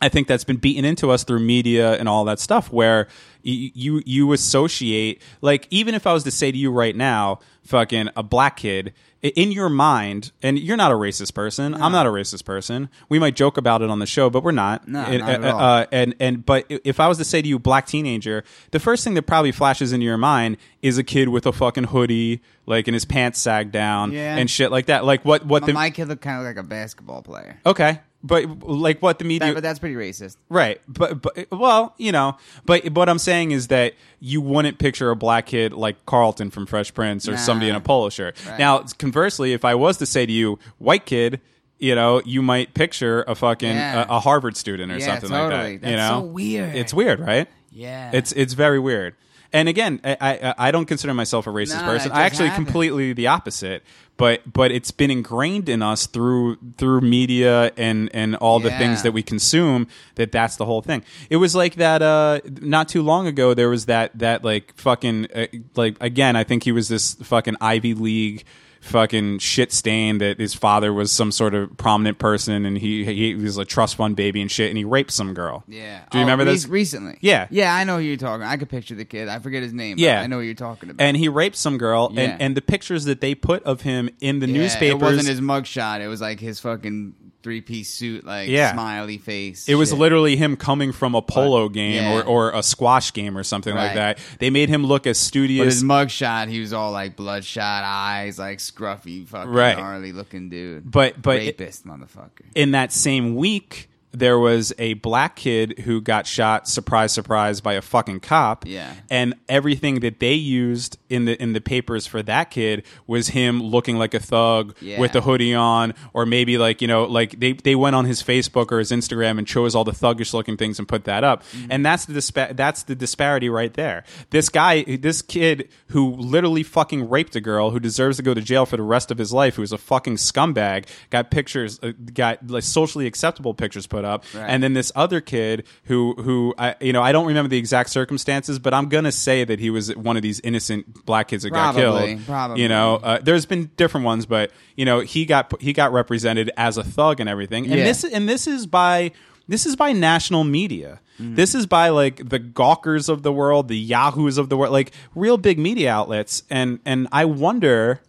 Speaker 2: I think that's been beaten into us through media and all that stuff where y- you you associate like even if I was to say to you right now fucking a black kid i- in your mind and you're not a racist person I'm not a racist person we might joke about it on the show but we're not
Speaker 1: No,
Speaker 2: And-
Speaker 1: not at
Speaker 2: uh,
Speaker 1: all.
Speaker 2: uh, and and but i- if I was to say to you black teenager the first thing that probably flashes into your mind is a kid with a fucking hoodie like and his pants sagged down
Speaker 1: Yeah.
Speaker 2: and shit like that like what what
Speaker 1: But
Speaker 2: the
Speaker 1: my kid looked kind of like a basketball player.
Speaker 2: okay but like what the media
Speaker 1: That, but that's pretty racist.
Speaker 2: Right, but but well, you know, but what I'm saying is that you wouldn't picture a black kid like Carlton from Fresh Prince or
Speaker 1: Nah.
Speaker 2: somebody in a polo shirt.
Speaker 1: Right.
Speaker 2: Now, conversely, if I was to say to you, white kid, you know, you might picture a fucking
Speaker 1: Yeah.
Speaker 2: a, a Harvard student or
Speaker 1: Yeah,
Speaker 2: something
Speaker 1: totally.
Speaker 2: like
Speaker 1: That's
Speaker 2: that. you know,
Speaker 1: so weird.
Speaker 2: It's weird, right?
Speaker 1: Yeah.
Speaker 2: it's it's very weird. And again, I I, I don't consider myself a racist
Speaker 1: No,
Speaker 2: person.
Speaker 1: that
Speaker 2: I
Speaker 1: just
Speaker 2: actually
Speaker 1: happened.
Speaker 2: completely the opposite. But but it's been ingrained in us through through media and and all the
Speaker 1: Yeah.
Speaker 2: things that we consume that that's the whole thing. It was like that uh not too long ago there was that that like fucking uh, like again, I think he was this fucking Ivy League fucking shit stain that his father was some sort of prominent person and he he was a trust fund baby and shit and he raped some girl.
Speaker 1: Yeah.
Speaker 2: Do you
Speaker 1: Oh,
Speaker 2: remember
Speaker 1: rec-
Speaker 2: this?
Speaker 1: recently?
Speaker 2: Yeah.
Speaker 1: Yeah, I know who you're talking. I could picture the kid. I forget his name. but
Speaker 2: Yeah.
Speaker 1: I know what you're talking about.
Speaker 2: and he raped some girl
Speaker 1: Yeah.
Speaker 2: and, and the pictures that they put of him in the
Speaker 1: Yeah,
Speaker 2: newspapers
Speaker 1: It wasn't his mugshot. It was like his fucking three piece suit, like
Speaker 2: Yeah.
Speaker 1: smiley face.
Speaker 2: it was
Speaker 1: shit.
Speaker 2: literally him coming from a polo game
Speaker 1: yeah.
Speaker 2: or, or a squash game or something like
Speaker 1: Right.
Speaker 2: that they made him look
Speaker 1: But
Speaker 2: as
Speaker 1: his
Speaker 2: studious
Speaker 1: mugshot, he was all like bloodshot eyes, like scruffy, fucking
Speaker 2: Right.
Speaker 1: gnarly looking dude.
Speaker 2: But- but it-
Speaker 1: rapist motherfucker.
Speaker 2: in that same week there was a black kid who got shot surprise surprise by a fucking cop
Speaker 1: Yeah.
Speaker 2: and everything that they used in the in the papers for that kid was him looking like a thug
Speaker 1: Yeah.
Speaker 2: with a hoodie on or maybe like you know like they, they went on his facebook or his instagram and chose all the thuggish looking things and put that up
Speaker 1: Mm-hmm.
Speaker 2: and that's the dispa- that's the disparity right there this guy this kid who literally fucking raped a girl who deserves to go to jail for the rest of his life who was a fucking scumbag got pictures uh, got like socially acceptable pictures put up
Speaker 1: Right.
Speaker 2: and then this other kid who who I you know I don't remember the exact circumstances but I'm gonna say that he was one of these innocent black kids that got
Speaker 1: Probably,
Speaker 2: killed
Speaker 1: probably.
Speaker 2: you know uh, there's been different ones but you know he got he got represented as a thug and everything and
Speaker 1: Yeah.
Speaker 2: this and this is by this is by national media
Speaker 1: Mm-hmm.
Speaker 2: this is by like the gawkers of the world the yahoos of the world like real big media outlets and and I wonder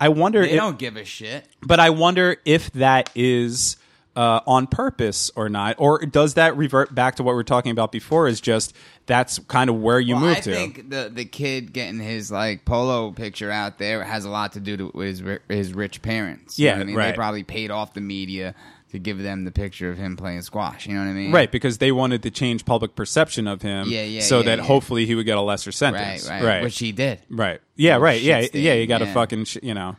Speaker 2: I wonder
Speaker 1: They
Speaker 2: if,
Speaker 1: don't give a shit.
Speaker 2: but I wonder if that is uh, on purpose or not, or does that revert back to what we were talking about before? Is just that's kind of where you
Speaker 1: Well,
Speaker 2: move
Speaker 1: I
Speaker 2: to.
Speaker 1: think the the kid getting his like polo picture out there has a lot to do to, with his ri- his rich parents. You know
Speaker 2: Yeah,
Speaker 1: what I mean
Speaker 2: right.
Speaker 1: they probably paid off the media to give them the picture of him playing squash. You know what I mean?
Speaker 2: Right, because they wanted to change public perception of him,
Speaker 1: Mm-hmm. Yeah, yeah,
Speaker 2: so
Speaker 1: yeah,
Speaker 2: that
Speaker 1: yeah.
Speaker 2: hopefully he would get a lesser
Speaker 1: right,
Speaker 2: sentence,
Speaker 1: right,
Speaker 2: right,
Speaker 1: Which he did.
Speaker 2: right. yeah, right,
Speaker 1: shit
Speaker 2: yeah,
Speaker 1: stain,
Speaker 2: yeah. You got to
Speaker 1: yeah.
Speaker 2: fucking, sh- you know,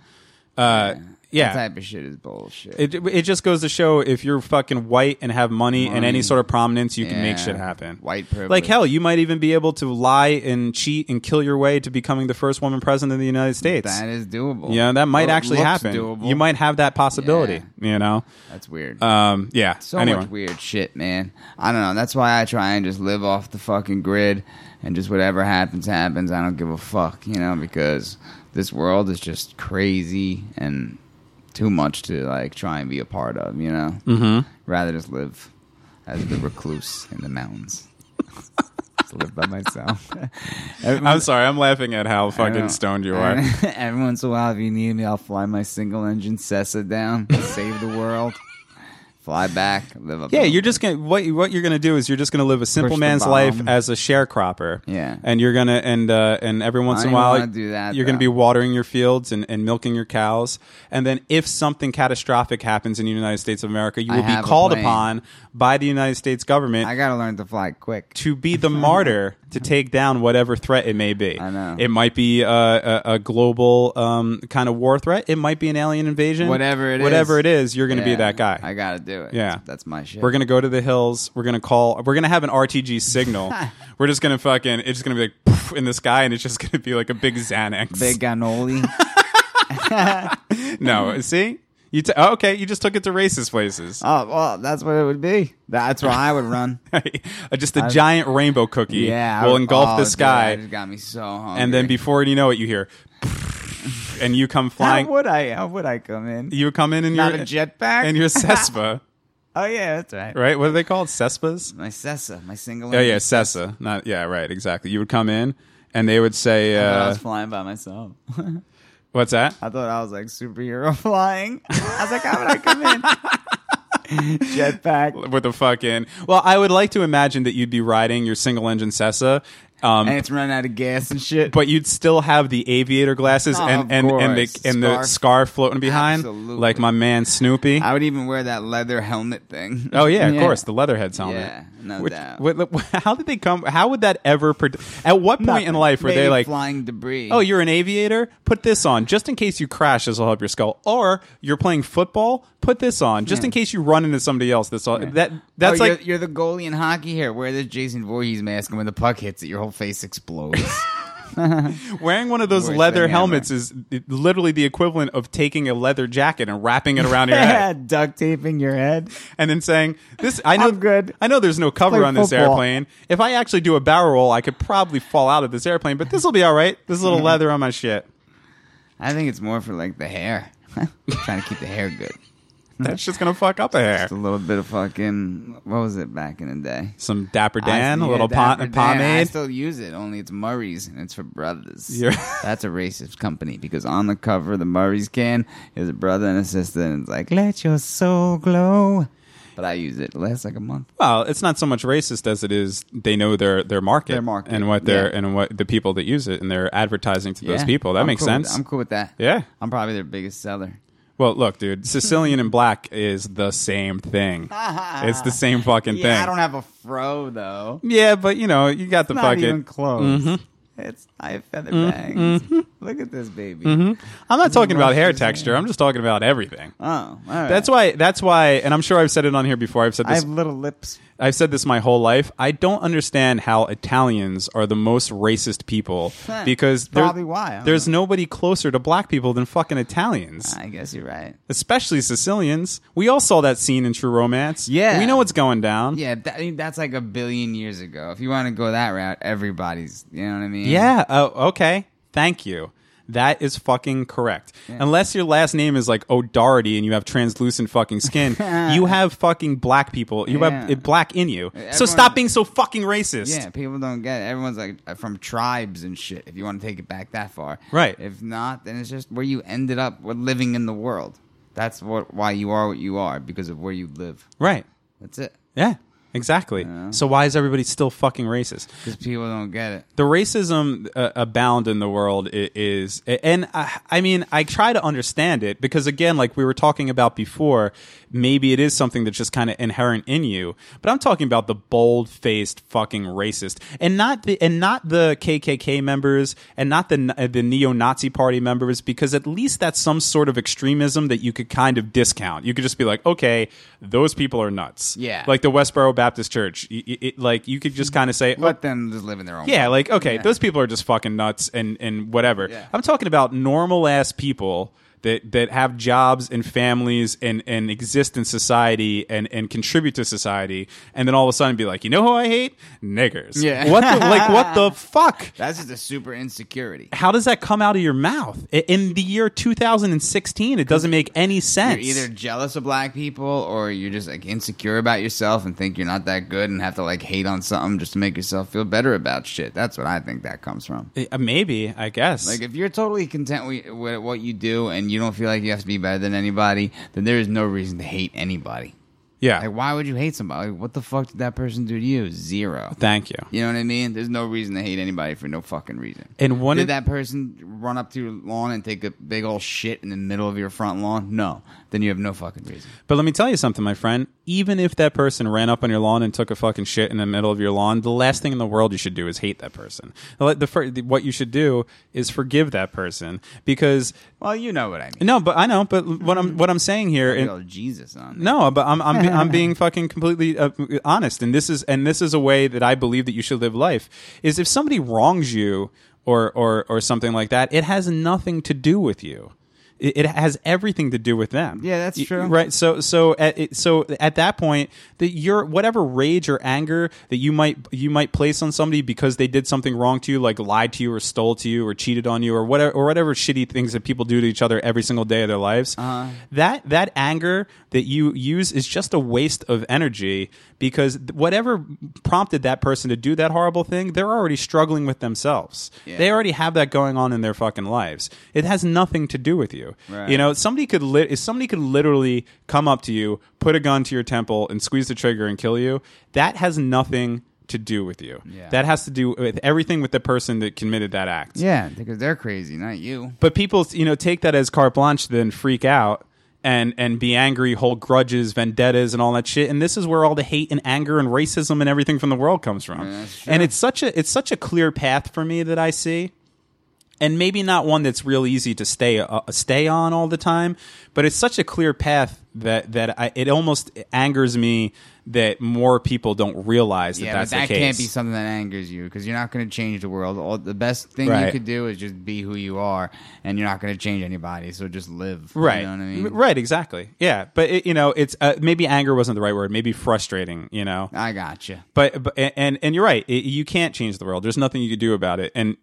Speaker 2: uh,
Speaker 1: That
Speaker 2: yeah.
Speaker 1: type of shit is bullshit.
Speaker 2: It it just goes to show if you're fucking white and have money, and any
Speaker 1: Money.
Speaker 2: sort of prominence, you can make
Speaker 1: Yeah.
Speaker 2: shit happen.
Speaker 1: White privilege.
Speaker 2: Like hell, you might even be able to lie and cheat and kill your way to becoming the first woman president of the United States.
Speaker 1: that is doable.
Speaker 2: Yeah, that might
Speaker 1: Well, it
Speaker 2: actually
Speaker 1: looks
Speaker 2: happen.
Speaker 1: doable.
Speaker 2: You might have that possibility. You know,
Speaker 1: That's weird.
Speaker 2: um, yeah.
Speaker 1: so
Speaker 2: anyway,
Speaker 1: much weird shit, man. I don't know. That's why I try and just live off the fucking grid and just whatever happens, happens. I don't give a fuck, you know, because this world is just crazy and too much to like try and be a part of, you know? Mm-hmm. Rather just live as the recluse in the mountains. *laughs* just live by myself. Every-
Speaker 2: I'm sorry. I'm laughing at how
Speaker 1: I
Speaker 2: *laughs* fucking
Speaker 1: don't-
Speaker 2: stoned you
Speaker 1: I-
Speaker 2: are.
Speaker 1: *laughs* Every once in a while, if you need me, I'll fly my single engine Cessna down, save the world, fly back, live up.
Speaker 2: Yeah,
Speaker 1: there.
Speaker 2: you're just gonna what you- what you're gonna do is you're just gonna live a simple
Speaker 1: Push the
Speaker 2: man's life
Speaker 1: bomb.
Speaker 2: as a sharecropper.
Speaker 1: Yeah.
Speaker 2: and you're gonna and uh, and every once in
Speaker 1: don't
Speaker 2: a
Speaker 1: even
Speaker 2: while
Speaker 1: wanna do that,
Speaker 2: you're gonna
Speaker 1: though.
Speaker 2: be watering your fields and, and milking your cows. And then if something catastrophic happens in the United States of America, you
Speaker 1: I
Speaker 2: will be
Speaker 1: have a
Speaker 2: called
Speaker 1: plan.
Speaker 2: upon by the United States government
Speaker 1: I gotta learn to fly quick.
Speaker 2: to be the martyr
Speaker 1: *laughs*
Speaker 2: to take down whatever threat it may be.
Speaker 1: I know.
Speaker 2: It might be a, a, a global um, kind of war threat. It might be an alien invasion.
Speaker 1: Whatever it
Speaker 2: it
Speaker 1: is.
Speaker 2: it is, you're going to
Speaker 1: Yeah,
Speaker 2: be that guy.
Speaker 1: I gotta do it.
Speaker 2: Yeah.
Speaker 1: that's my shit.
Speaker 2: we're going to go to the hills. We're going to call. We're going to have an RTG
Speaker 1: *laughs*
Speaker 2: signal. we're just going to fucking. It's just going to be like poof in the sky, and it's just *laughs* going to be like a big Xanax.
Speaker 1: big ganoli.
Speaker 2: *laughs* No, see. You t- oh, okay, you just took it to racist places. *laughs*
Speaker 1: oh well, that's what it would be. That's where I would run.
Speaker 2: Uh, just a giant rainbow cookie
Speaker 1: Yeah, I
Speaker 2: will
Speaker 1: would-
Speaker 2: engulf
Speaker 1: oh,
Speaker 2: the
Speaker 1: dude,
Speaker 2: sky,
Speaker 1: that just got me so hungry.
Speaker 2: and
Speaker 1: *laughs*
Speaker 2: then before you know it, you hear, and you come
Speaker 1: how
Speaker 2: flying.
Speaker 1: would I? How would I come in?
Speaker 2: You would come in and
Speaker 1: Not
Speaker 2: your
Speaker 1: a jetpack.
Speaker 2: and your
Speaker 1: *laughs*
Speaker 2: Cespa,
Speaker 1: oh yeah, that's right.
Speaker 2: right? What are they called? Cespas?
Speaker 1: My Cessna, my single.
Speaker 2: Oh
Speaker 1: engine
Speaker 2: yeah, Cessa. Not yeah, right, exactly. You would come in and they would say,
Speaker 1: I thought I
Speaker 2: uh,
Speaker 1: was flying by myself.
Speaker 2: "What's that?"
Speaker 1: I thought I was like superhero *laughs* flying. I was like, how would I come in?
Speaker 2: *laughs*
Speaker 1: Jetpack.
Speaker 2: With a fucking. Well, I would like to imagine that you'd be riding your single engine Cessa. Um,
Speaker 1: And it's running out of gas and shit.
Speaker 2: but you'd still have the aviator glasses
Speaker 1: Oh,
Speaker 2: and,
Speaker 1: of
Speaker 2: and, and the
Speaker 1: course.
Speaker 2: and the
Speaker 1: Scarf.
Speaker 2: scarf floating behind,
Speaker 1: Absolutely.
Speaker 2: like my man Snoopy.
Speaker 1: I would even wear that leather helmet thing.
Speaker 2: Oh yeah,
Speaker 1: *laughs*
Speaker 2: of course, the Leatherheads helmet.
Speaker 1: Yeah, no
Speaker 2: Which-
Speaker 1: doubt.
Speaker 2: what- what- *laughs* how did they come? How would that ever? Pro- at what point in life were they
Speaker 1: Maybe
Speaker 2: like
Speaker 1: flying debris?
Speaker 2: Oh, you're an aviator? Put this on just in case you crash. This will help your skull. Or you're playing football? Put this on just in case you run into somebody else. This all that that's
Speaker 1: Oh,
Speaker 2: like
Speaker 1: you're, you're the goalie in hockey here. Wear this Jason Voorhees mask, and when the puck hits it, your whole face
Speaker 2: *laughs*
Speaker 1: explodes. *laughs*
Speaker 2: Wearing one of those
Speaker 1: Worst
Speaker 2: leather
Speaker 1: thing
Speaker 2: helmets is literally the equivalent of taking a leather jacket and wrapping
Speaker 1: *laughs*
Speaker 2: it around your head
Speaker 1: duct taping your head.
Speaker 2: and then saying, "This I know
Speaker 1: I'm good.
Speaker 2: I know there's no cover
Speaker 1: Play
Speaker 2: on this
Speaker 1: football."
Speaker 2: airplane. If I actually do a barrel roll, I could probably fall out of this airplane, but this will be all right. This little
Speaker 1: Mm-hmm.
Speaker 2: leather on my shit.
Speaker 1: I think it's more for like the hair. *laughs* Trying to keep the hair good.
Speaker 2: That's just going to fuck up a hair."
Speaker 1: Just a little bit of fucking what was it back in the day?
Speaker 2: Some Dapper Dan,
Speaker 1: I-
Speaker 2: a
Speaker 1: yeah,
Speaker 2: little
Speaker 1: that-
Speaker 2: pom-
Speaker 1: but damn, I
Speaker 2: pomade.
Speaker 1: still use it, only it's Murray's and it's for brothers.
Speaker 2: Yeah.
Speaker 1: *laughs* That's a racist company because on the cover, the Murray's can is a brother and a sister, and it's like, let your soul glow. But I use it. It lasts like a month.
Speaker 2: Well, it's not so much racist as it is they know their their market,
Speaker 1: Their market,
Speaker 2: and what they're
Speaker 1: yeah.
Speaker 2: and what the people that use it, and they're advertising to those
Speaker 1: Yeah.
Speaker 2: people. That
Speaker 1: I'm
Speaker 2: makes
Speaker 1: cool with-
Speaker 2: sense.
Speaker 1: I'm cool with that.
Speaker 2: Yeah.
Speaker 1: I'm probably their biggest seller.
Speaker 2: Well, look, dude, Sicilian and black is the
Speaker 1: *laughs*
Speaker 2: same thing. it's the same fucking
Speaker 1: Yeah,
Speaker 2: thing.
Speaker 1: I don't have a fro though.
Speaker 2: yeah, but you know, you got the Mm-hmm.
Speaker 1: Not even
Speaker 2: fucking.
Speaker 1: close. It's high feather bangs.
Speaker 2: Mm-hmm.
Speaker 1: Look at this baby.
Speaker 2: I'm not talking about hair
Speaker 1: Russia's
Speaker 2: texture. I'm just talking about everything.
Speaker 1: Oh, all right.
Speaker 2: That's why. That's why. And I'm sure I've said it on here before. I've said
Speaker 1: I
Speaker 2: this.
Speaker 1: have little lips.
Speaker 2: I've said this my whole life. I don't understand how Italians are the most racist people
Speaker 1: *laughs* Huh.
Speaker 2: because there-
Speaker 1: Probably why, I don't
Speaker 2: there's nobody closer to black people than fucking Italians,
Speaker 1: I guess you're right.
Speaker 2: especially Sicilians. We all saw that scene in True Romance.
Speaker 1: Yeah.
Speaker 2: we know what's going down.
Speaker 1: Yeah, that, I mean, that's like a billion years ago. If you want to go that route, everybody's. You know what I mean?
Speaker 2: Yeah. Oh, okay. Thank you. That is fucking correct. Unless your last name is like O'Doherty and you have translucent
Speaker 1: *laughs*
Speaker 2: fucking skin, you have fucking black people. You have
Speaker 1: Yeah.
Speaker 2: it black in you. so
Speaker 1: Everyone-
Speaker 2: stop being so fucking racist.
Speaker 1: Yeah, people don't get it. Everyone's like uh, from tribes and shit. If you want to take it back that far,
Speaker 2: Right.
Speaker 1: If not, then it's just where you ended up. We're living in the world. That's what why you are what you are because of where you live.
Speaker 2: Right.
Speaker 1: That's it.
Speaker 2: Yeah. Exactly. So why is everybody still fucking racist?
Speaker 1: Because people don't get it.
Speaker 2: the racism uh, abound in the world i- is and I, I mean i try to understand it because again like we were talking about before maybe it is something that's just kind of inherent in you but i'm talking about the bold-faced fucking racist and not the and not the kkk members and not the uh, the neo-nazi party members because at least that's some sort of extremism that you could kind of discount you could just be like okay those people are nuts
Speaker 1: Yeah.
Speaker 2: like the westboro baptist church y- y- it- like you could just kind of say
Speaker 1: Let them just live in their own.
Speaker 2: yeah, like okay,
Speaker 1: Yeah.
Speaker 2: those people are just fucking nuts and and whatever.
Speaker 1: Yeah.
Speaker 2: I'm talking about normal ass people that that have jobs and families and and exist in society and and contribute to society, and then all of a sudden be like, you know who I hate? Niggers.
Speaker 1: Yeah.
Speaker 2: What the, like
Speaker 1: *laughs*
Speaker 2: what the fuck?
Speaker 1: That's just a super insecurity.
Speaker 2: How does that come out of your mouth I- in the year 2016? It doesn't make any
Speaker 1: You're
Speaker 2: sense.
Speaker 1: either jealous of black people or you're just like insecure about yourself and think you're not that good and have to like hate on something just to make yourself feel better about shit. That's what I think that comes from.
Speaker 2: Uh, maybe I guess.
Speaker 1: Like if you're totally content wi- with what you do and you don't feel like you have to be better than anybody, then there is no reason to hate anybody.
Speaker 2: yeah.
Speaker 1: Like why would you hate somebody? Like, what the fuck did that person do to you? Zero.
Speaker 2: Thank you.
Speaker 1: You know what I mean? There's no reason to hate anybody for no fucking reason.
Speaker 2: And one
Speaker 1: did
Speaker 2: of-
Speaker 1: that person run up to your lawn and take a big old shit in the middle of your front lawn? No. Then you have no fucking reason.
Speaker 2: But let me tell you something, my friend. Even if that person ran up on your lawn and took a fucking shit in the middle of your lawn, the last thing in the world you should do is hate that person. The, the, fir- what you should do is forgive that person because
Speaker 1: Well, you know what I mean.
Speaker 2: no, but I know. But what I'm what I'm saying here,
Speaker 1: Big
Speaker 2: and-
Speaker 1: old Jesus on there.
Speaker 2: no, but I'm I'm, be- I'm being fucking completely uh, honest, and this is and this is a way that I believe that you should live life. Is if somebody wrongs you or or or something like that, it has nothing to do with you. It it has everything to do with them.
Speaker 1: Yeah, that's
Speaker 2: Y-
Speaker 1: true.
Speaker 2: Right. So so at it, so at that point, that your whatever rage or anger that you might you might place on somebody because they did something wrong to you, like lied to you or stole to you or cheated on you or whatever or whatever shitty things that people do to each other every single day of their lives.
Speaker 1: Uh-huh.
Speaker 2: That that anger that you use is just a waste of energy because th- whatever prompted that person to do that horrible thing, they're already struggling with themselves.
Speaker 1: Yeah.
Speaker 2: They already have that going on in their fucking lives. It has nothing to do with you.
Speaker 1: Right.
Speaker 2: You know, somebody could lit if somebody could literally come up to you, put a gun to your temple, and squeeze the trigger and kill you. That has nothing to do with you.
Speaker 1: Yeah.
Speaker 2: That has to do with everything with the person that committed that act.
Speaker 1: Yeah, because they're crazy, not you.
Speaker 2: But people, you know, take that as carte blanche, then freak out and and be angry, hold grudges, vendettas, and all that shit. And this is where all the hate and anger and racism and everything from the world comes from.
Speaker 1: that's true.
Speaker 2: and it's such a it's such a clear path for me that I see. and maybe not one that's real easy to stay uh, stay on all the time. But it's such a clear path that that I, it almost angers me that more people don't realize that
Speaker 1: yeah,
Speaker 2: that's
Speaker 1: but that
Speaker 2: the case.
Speaker 1: can't be something that angers you because you're not going to change the world. All, the best thing you
Speaker 2: Right.
Speaker 1: could do is just be who you are, and you're not going to change anybody. So just live.
Speaker 2: right
Speaker 1: You know what I mean?
Speaker 2: M- right exactly yeah but it, you know it's uh, maybe anger wasn't the right word maybe frustrating you know
Speaker 1: I gotcha.
Speaker 2: but, but and and you're right it, you can't change the world there's nothing you can do about it and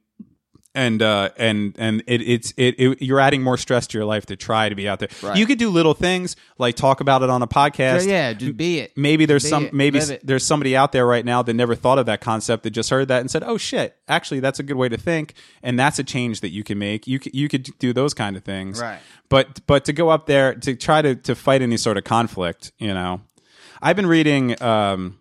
Speaker 2: and uh and and it it's it, it you're adding more stress to your life to try to be out there
Speaker 1: Right.
Speaker 2: you could do little things like talk about it on a podcast
Speaker 1: yeah, just be it.
Speaker 2: maybe there's
Speaker 1: Be
Speaker 2: some
Speaker 1: it.
Speaker 2: maybe
Speaker 1: Live
Speaker 2: s-
Speaker 1: it.
Speaker 2: there's somebody out there right now that never thought of that concept that just heard that and said oh shit actually that's a good way to think and that's a change that you can make you c- you could do those kind of things
Speaker 1: Right.
Speaker 2: but but to go up there to try to to fight any sort of conflict you know i've been reading um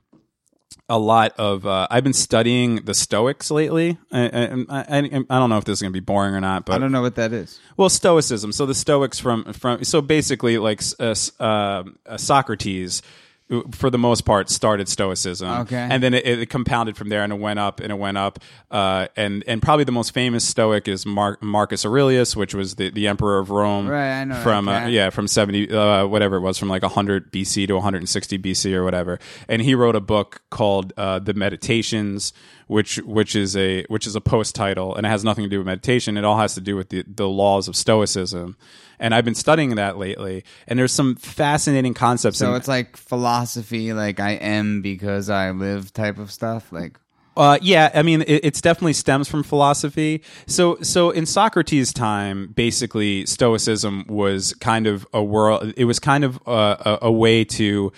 Speaker 2: a lot of uh, I've been studying the Stoics lately. I, I, I, I don't know if this is going to be boring or not, but
Speaker 1: I don't know what that is.
Speaker 2: well, Stoicism. So the Stoics from from so basically like uh, S- uh, uh, Socrates, uh, for the most part, started Stoicism.
Speaker 1: Okay.
Speaker 2: and then it, it compounded from there, and it went up and it went up. Uh, and and probably the most famous Stoic is Mar- Marcus Aurelius, which was the, the emperor of Rome.
Speaker 1: Right, I know that
Speaker 2: From uh,
Speaker 1: guy.
Speaker 2: yeah, from seventy uh, whatever it was, from like hundred BC to one hundred and sixty BC or whatever. And he wrote a book called uh, the Meditations. Which, which is a which is a post title and it has nothing to do with meditation. It all has to do with the, the laws of Stoicism, and I've been studying that lately. And there's some fascinating concepts.
Speaker 1: So
Speaker 2: in,
Speaker 1: it's like philosophy, like I am because I live type of stuff. Like
Speaker 2: Uh, yeah, I mean, it, it's definitely stems from philosophy. So, so in Socrates' time, basically, Stoicism was kind of a world. It was kind of uh, a, a, a way to,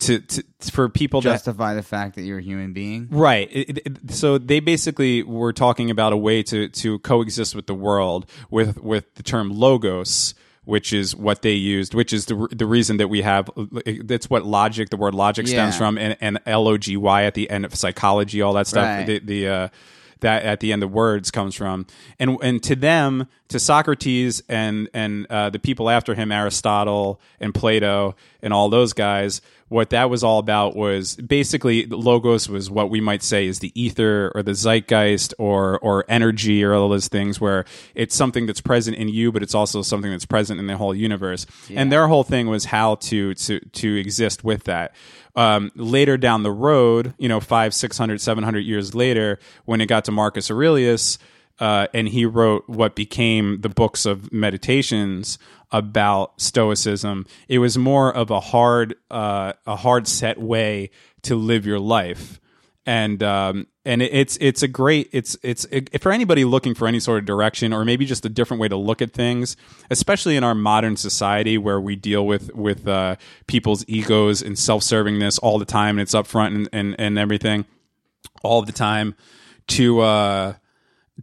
Speaker 2: to, to for people to
Speaker 1: justify the fact that you're a human being.
Speaker 2: Right. It- it- it- so they basically were talking about a way to to coexist with the world with with the term logos. Which is what they used, which is the, re- the reason that we have that's what logic, the word logic stems
Speaker 1: Yeah.
Speaker 2: from, and, and L O G Y at the end of psychology, all that stuff.
Speaker 1: Right.
Speaker 2: The, the uh, that at the end of words comes from, and and to them, to Socrates and and uh, the people after him, Aristotle and Plato and all those guys, what that was all about was basically the logos was what we might say is the ether or the zeitgeist or or energy or all those things where it's something that's present in you, but it's also something that's present in the whole universe. And their whole thing was how to to to exist with that um, later down the road, you know, five, six hundred, seven hundred years later, when it got to Marcus Aurelius, uh, and he wrote what became the books of meditations about Stoicism. It was more of a hard, uh, a hard set way to live your life, and um, and it- it's it's a great it's it's it, for anybody looking for any sort of direction or maybe just a different way to look at things, especially in our modern society where we deal with with uh, people's egos and self servingness all the time, and it's up front and, and and everything all the time to uh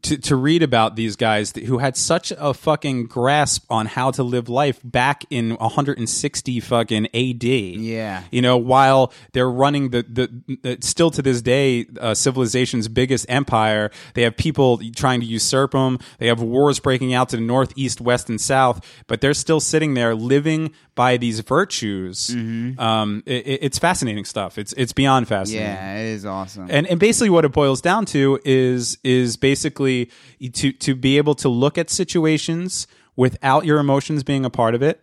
Speaker 2: to, to read about these guys th- who had such a fucking grasp on how to live life back in 160 fucking AD.
Speaker 1: Yeah.
Speaker 2: You know, while they're running the, the, the still to this day, uh, civilization's biggest empire, they have people trying to usurp them. They have wars breaking out to the north, east, west, and south, but they're still sitting there living by these virtues. Um, i- i- it's fascinating stuff. It's, it's beyond fascinating
Speaker 1: Mm-hmm. Yeah, it is awesome.
Speaker 2: and and basically what it boils down to is is basically to to be able to look at situations without your emotions being a part of it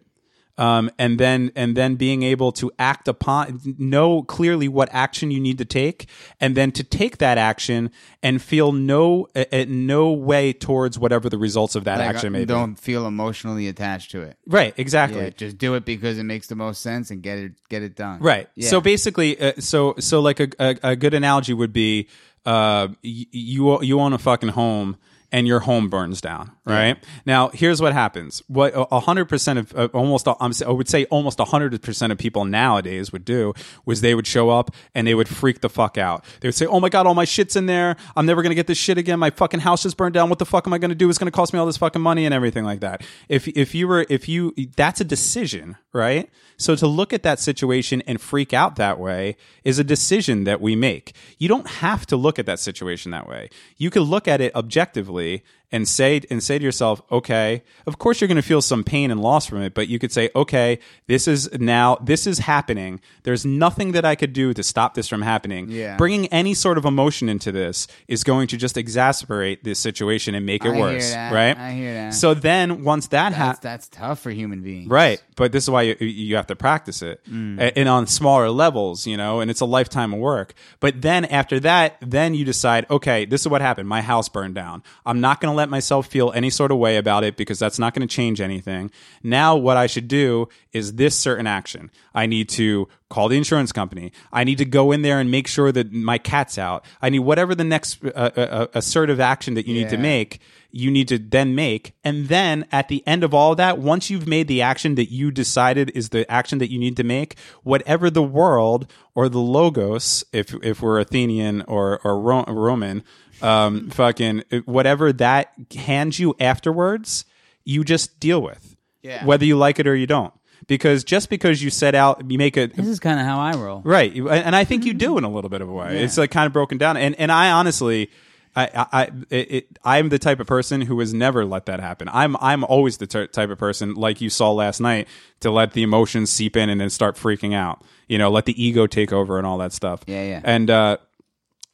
Speaker 2: um, and then and then being able to act upon know clearly what action you need to take and then to take that action and feel no uh, uh, no way towards whatever the results of that
Speaker 1: Like, uh,
Speaker 2: action may be
Speaker 1: don't feel emotionally attached to it.
Speaker 2: right exactly
Speaker 1: Yeah, just do it because it makes the most sense and get it get it done.
Speaker 2: Right.
Speaker 1: Yeah.
Speaker 2: So basically, uh, so so like a, a a good analogy would be, uh, y- you you own a fucking home and your home burns down. Right. Now here's what happens. What a hundred percent of uh, almost I'm, s- I would say almost a hundred percent of people nowadays would do was they would show up and they would freak the fuck out. They would say, "Oh my god, all my shit's in there. I'm never gonna get this shit again. My fucking house just burned down. What the fuck am I gonna do? It's gonna cost me all this fucking money and everything like that." If if you were if you that's a decision, right? So to look at that situation and freak out that way is a decision that we make. You don't have to look at that situation that way. You can look at it objectively and say and say to yourself, okay, of course you're going to feel some pain and loss from it, but you could say, okay, this is now this is happening. There's nothing that I could do to stop this from happening.
Speaker 1: Yeah.
Speaker 2: Bringing any sort of emotion into this is going to just exacerbate this situation and make it
Speaker 1: I hear
Speaker 2: worse,
Speaker 1: that.
Speaker 2: right?
Speaker 1: I hear that.
Speaker 2: So then once that
Speaker 1: That's,
Speaker 2: happens,
Speaker 1: that's tough for human beings.
Speaker 2: Right. But this is why you, you have to practice it A- and on smaller levels, you know, and it's a lifetime of work. But then after that, then you decide, okay, this is what happened. My house burned down. I'm not going to let myself feel any sort of way about it because that's not going to change anything. Now, what I should do is this certain action. I need to call the insurance company. I need to go in there and make sure that my cat's out. I need whatever the next uh, uh, assertive action that you need to
Speaker 1: Yeah.
Speaker 2: make make, you need to then make. And then at the end of all that, once you've made the action that you decided is the action that you need to make, whatever the world or the logos, if if we're Athenian or or Ro- Roman, um, *laughs* fucking whatever that hands you afterwards, you just deal with,
Speaker 1: Yeah.
Speaker 2: whether you like it or you don't. Because just because you set out, you make a
Speaker 1: This is kind of how I roll.
Speaker 2: Right, You- and and I think you
Speaker 1: Mm-hmm.
Speaker 2: do in a little bit of a way. It's like kind of broken down, and and I honestly, I I I- it, it, I'm the type of person who has never let that happen. I'm I'm always the t- type of person, like you saw last night, to let the emotions seep in and then start freaking out. You know, let the ego take over and all that stuff.
Speaker 1: Yeah, yeah.
Speaker 2: And uh,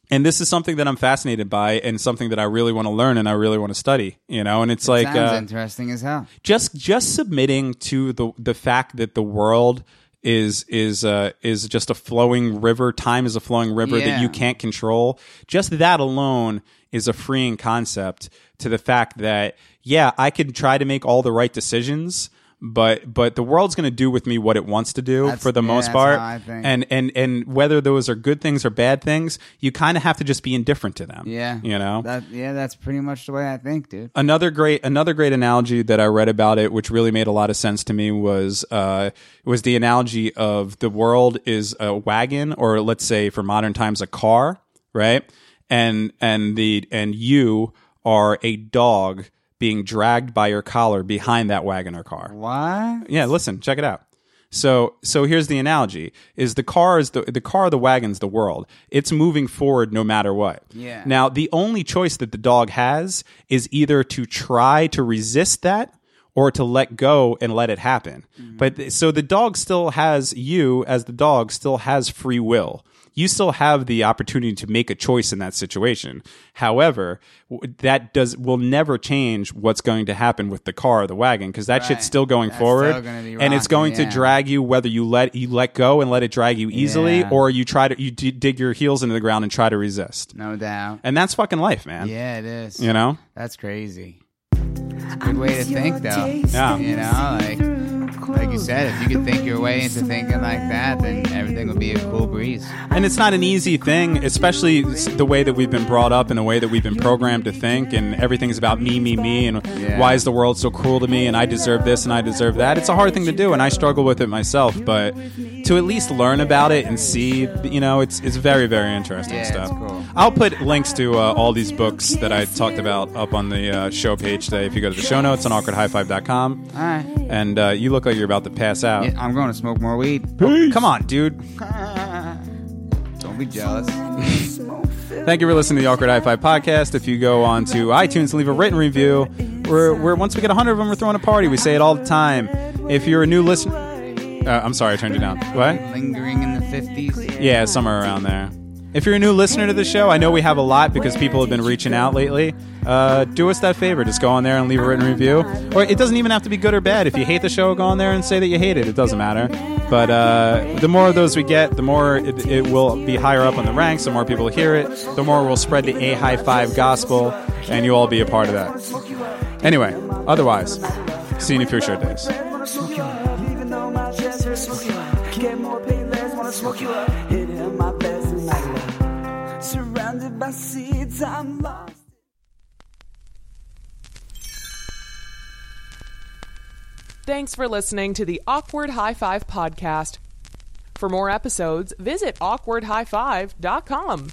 Speaker 2: and this is something that I'm fascinated by, and something that I really want to learn and I really want to study. You know, and it's like
Speaker 1: Sounds
Speaker 2: uh,
Speaker 1: interesting as hell.
Speaker 2: just just submitting to the the fact that the world is is uh, is just a flowing river. Time is a flowing river
Speaker 1: Yeah.
Speaker 2: that you can't control. Just that alone is a freeing concept to the fact that yeah, I can try to make all the right decisions, but but the world's going to do with me what it wants to do
Speaker 1: That's-
Speaker 2: for the
Speaker 1: yeah,
Speaker 2: most
Speaker 1: that's
Speaker 2: part.
Speaker 1: how I think.
Speaker 2: And and and whether those are good things or bad things, you kind of have to just be indifferent to them.
Speaker 1: Yeah.
Speaker 2: you know
Speaker 1: That, yeah, that's pretty much the way I think, dude.
Speaker 2: another great another great analogy that I read about it, which really made a lot of sense to me, was uh, was the analogy of the world is a wagon, or let's say for modern times, a car, right? And and the and you are a dog being dragged by your collar behind that wagon or car.
Speaker 1: Why?
Speaker 2: Yeah, listen, check it out. So, so here's the analogy: is the car is the the car, the wagon's the world. It's moving forward no matter what.
Speaker 1: Yeah.
Speaker 2: Now, the only choice that the dog has is either to try to resist that or to let go and let it happen. But th- so the dog still has you as the dog still has free will. You still have the opportunity to make a choice in that situation. However, w- that does will never change what's going to happen with the car or the wagon because that shit's
Speaker 1: Right.
Speaker 2: still going
Speaker 1: That's
Speaker 2: forward
Speaker 1: still gonna be
Speaker 2: and it's
Speaker 1: rocking,
Speaker 2: going to
Speaker 1: yeah.
Speaker 2: drag you whether you let you let go and let it drag you easily
Speaker 1: Yeah.
Speaker 2: or you try to you d- dig your heels into the ground and try to resist.
Speaker 1: No doubt.
Speaker 2: And that's fucking life, man.
Speaker 1: Yeah, it is.
Speaker 2: You know?
Speaker 1: That's crazy. Good way to think, though.
Speaker 2: Yeah.
Speaker 1: You know, like like you said, if you could think your way into thinking like that, then everything would be a cool breeze.
Speaker 2: And it's not an easy thing, especially s- the way that we've been brought up and the way that we've been programmed to think, and everything's about me, me, me, and
Speaker 1: Yeah.
Speaker 2: why is the world so cruel to me, and I deserve this and I deserve that. It's a hard thing to do, and I struggle with it myself, but to at least learn about it and see, you know, it's, it's very, very interesting
Speaker 1: Yeah,
Speaker 2: stuff.
Speaker 1: it's cool.
Speaker 2: I'll put links to uh, all these books that I talked about up on the uh, show page today. If you go to the show notes on awkwardhighfive.com,
Speaker 1: All right.
Speaker 2: and uh, you look like you're about to pass out.
Speaker 1: Yeah, I'm going to smoke more weed.
Speaker 2: Come on, dude.
Speaker 1: Don't be jealous.
Speaker 2: Thank you for listening to the Awkward High Five podcast. If you go on to iTunes and leave a written review, we're, we're once we get 100 of them, we're throwing a party. We say it all the time. If you're a new listener, uh, I'm sorry, I turned you down. What?
Speaker 1: Lingering in the 50s.
Speaker 2: Yeah, somewhere around there. If you're a new listener to the show, I know we have a lot because people have been reaching out lately. Uh, do us that favor. Just go on there and leave a written review. Or it doesn't even have to be good or bad. If you hate the show, go on there and say that you hate it. It doesn't matter. But uh, the more of those we get, the more it, it will be higher up on the ranks, the more people hear it, the more we'll spread the A High Five gospel, and you'll all be a part of that. Anyway, otherwise, see you in future days.
Speaker 4: wanna smoke you up. Even though my chest hurts, smoke you up. Get more pain, less wanna smoke you up. Hit it on my best and I love. Surrounded by seeds, I'm lost.
Speaker 5: Thanks for listening to the Awkward High Five podcast. For more episodes, visit awkwardhighfive.com.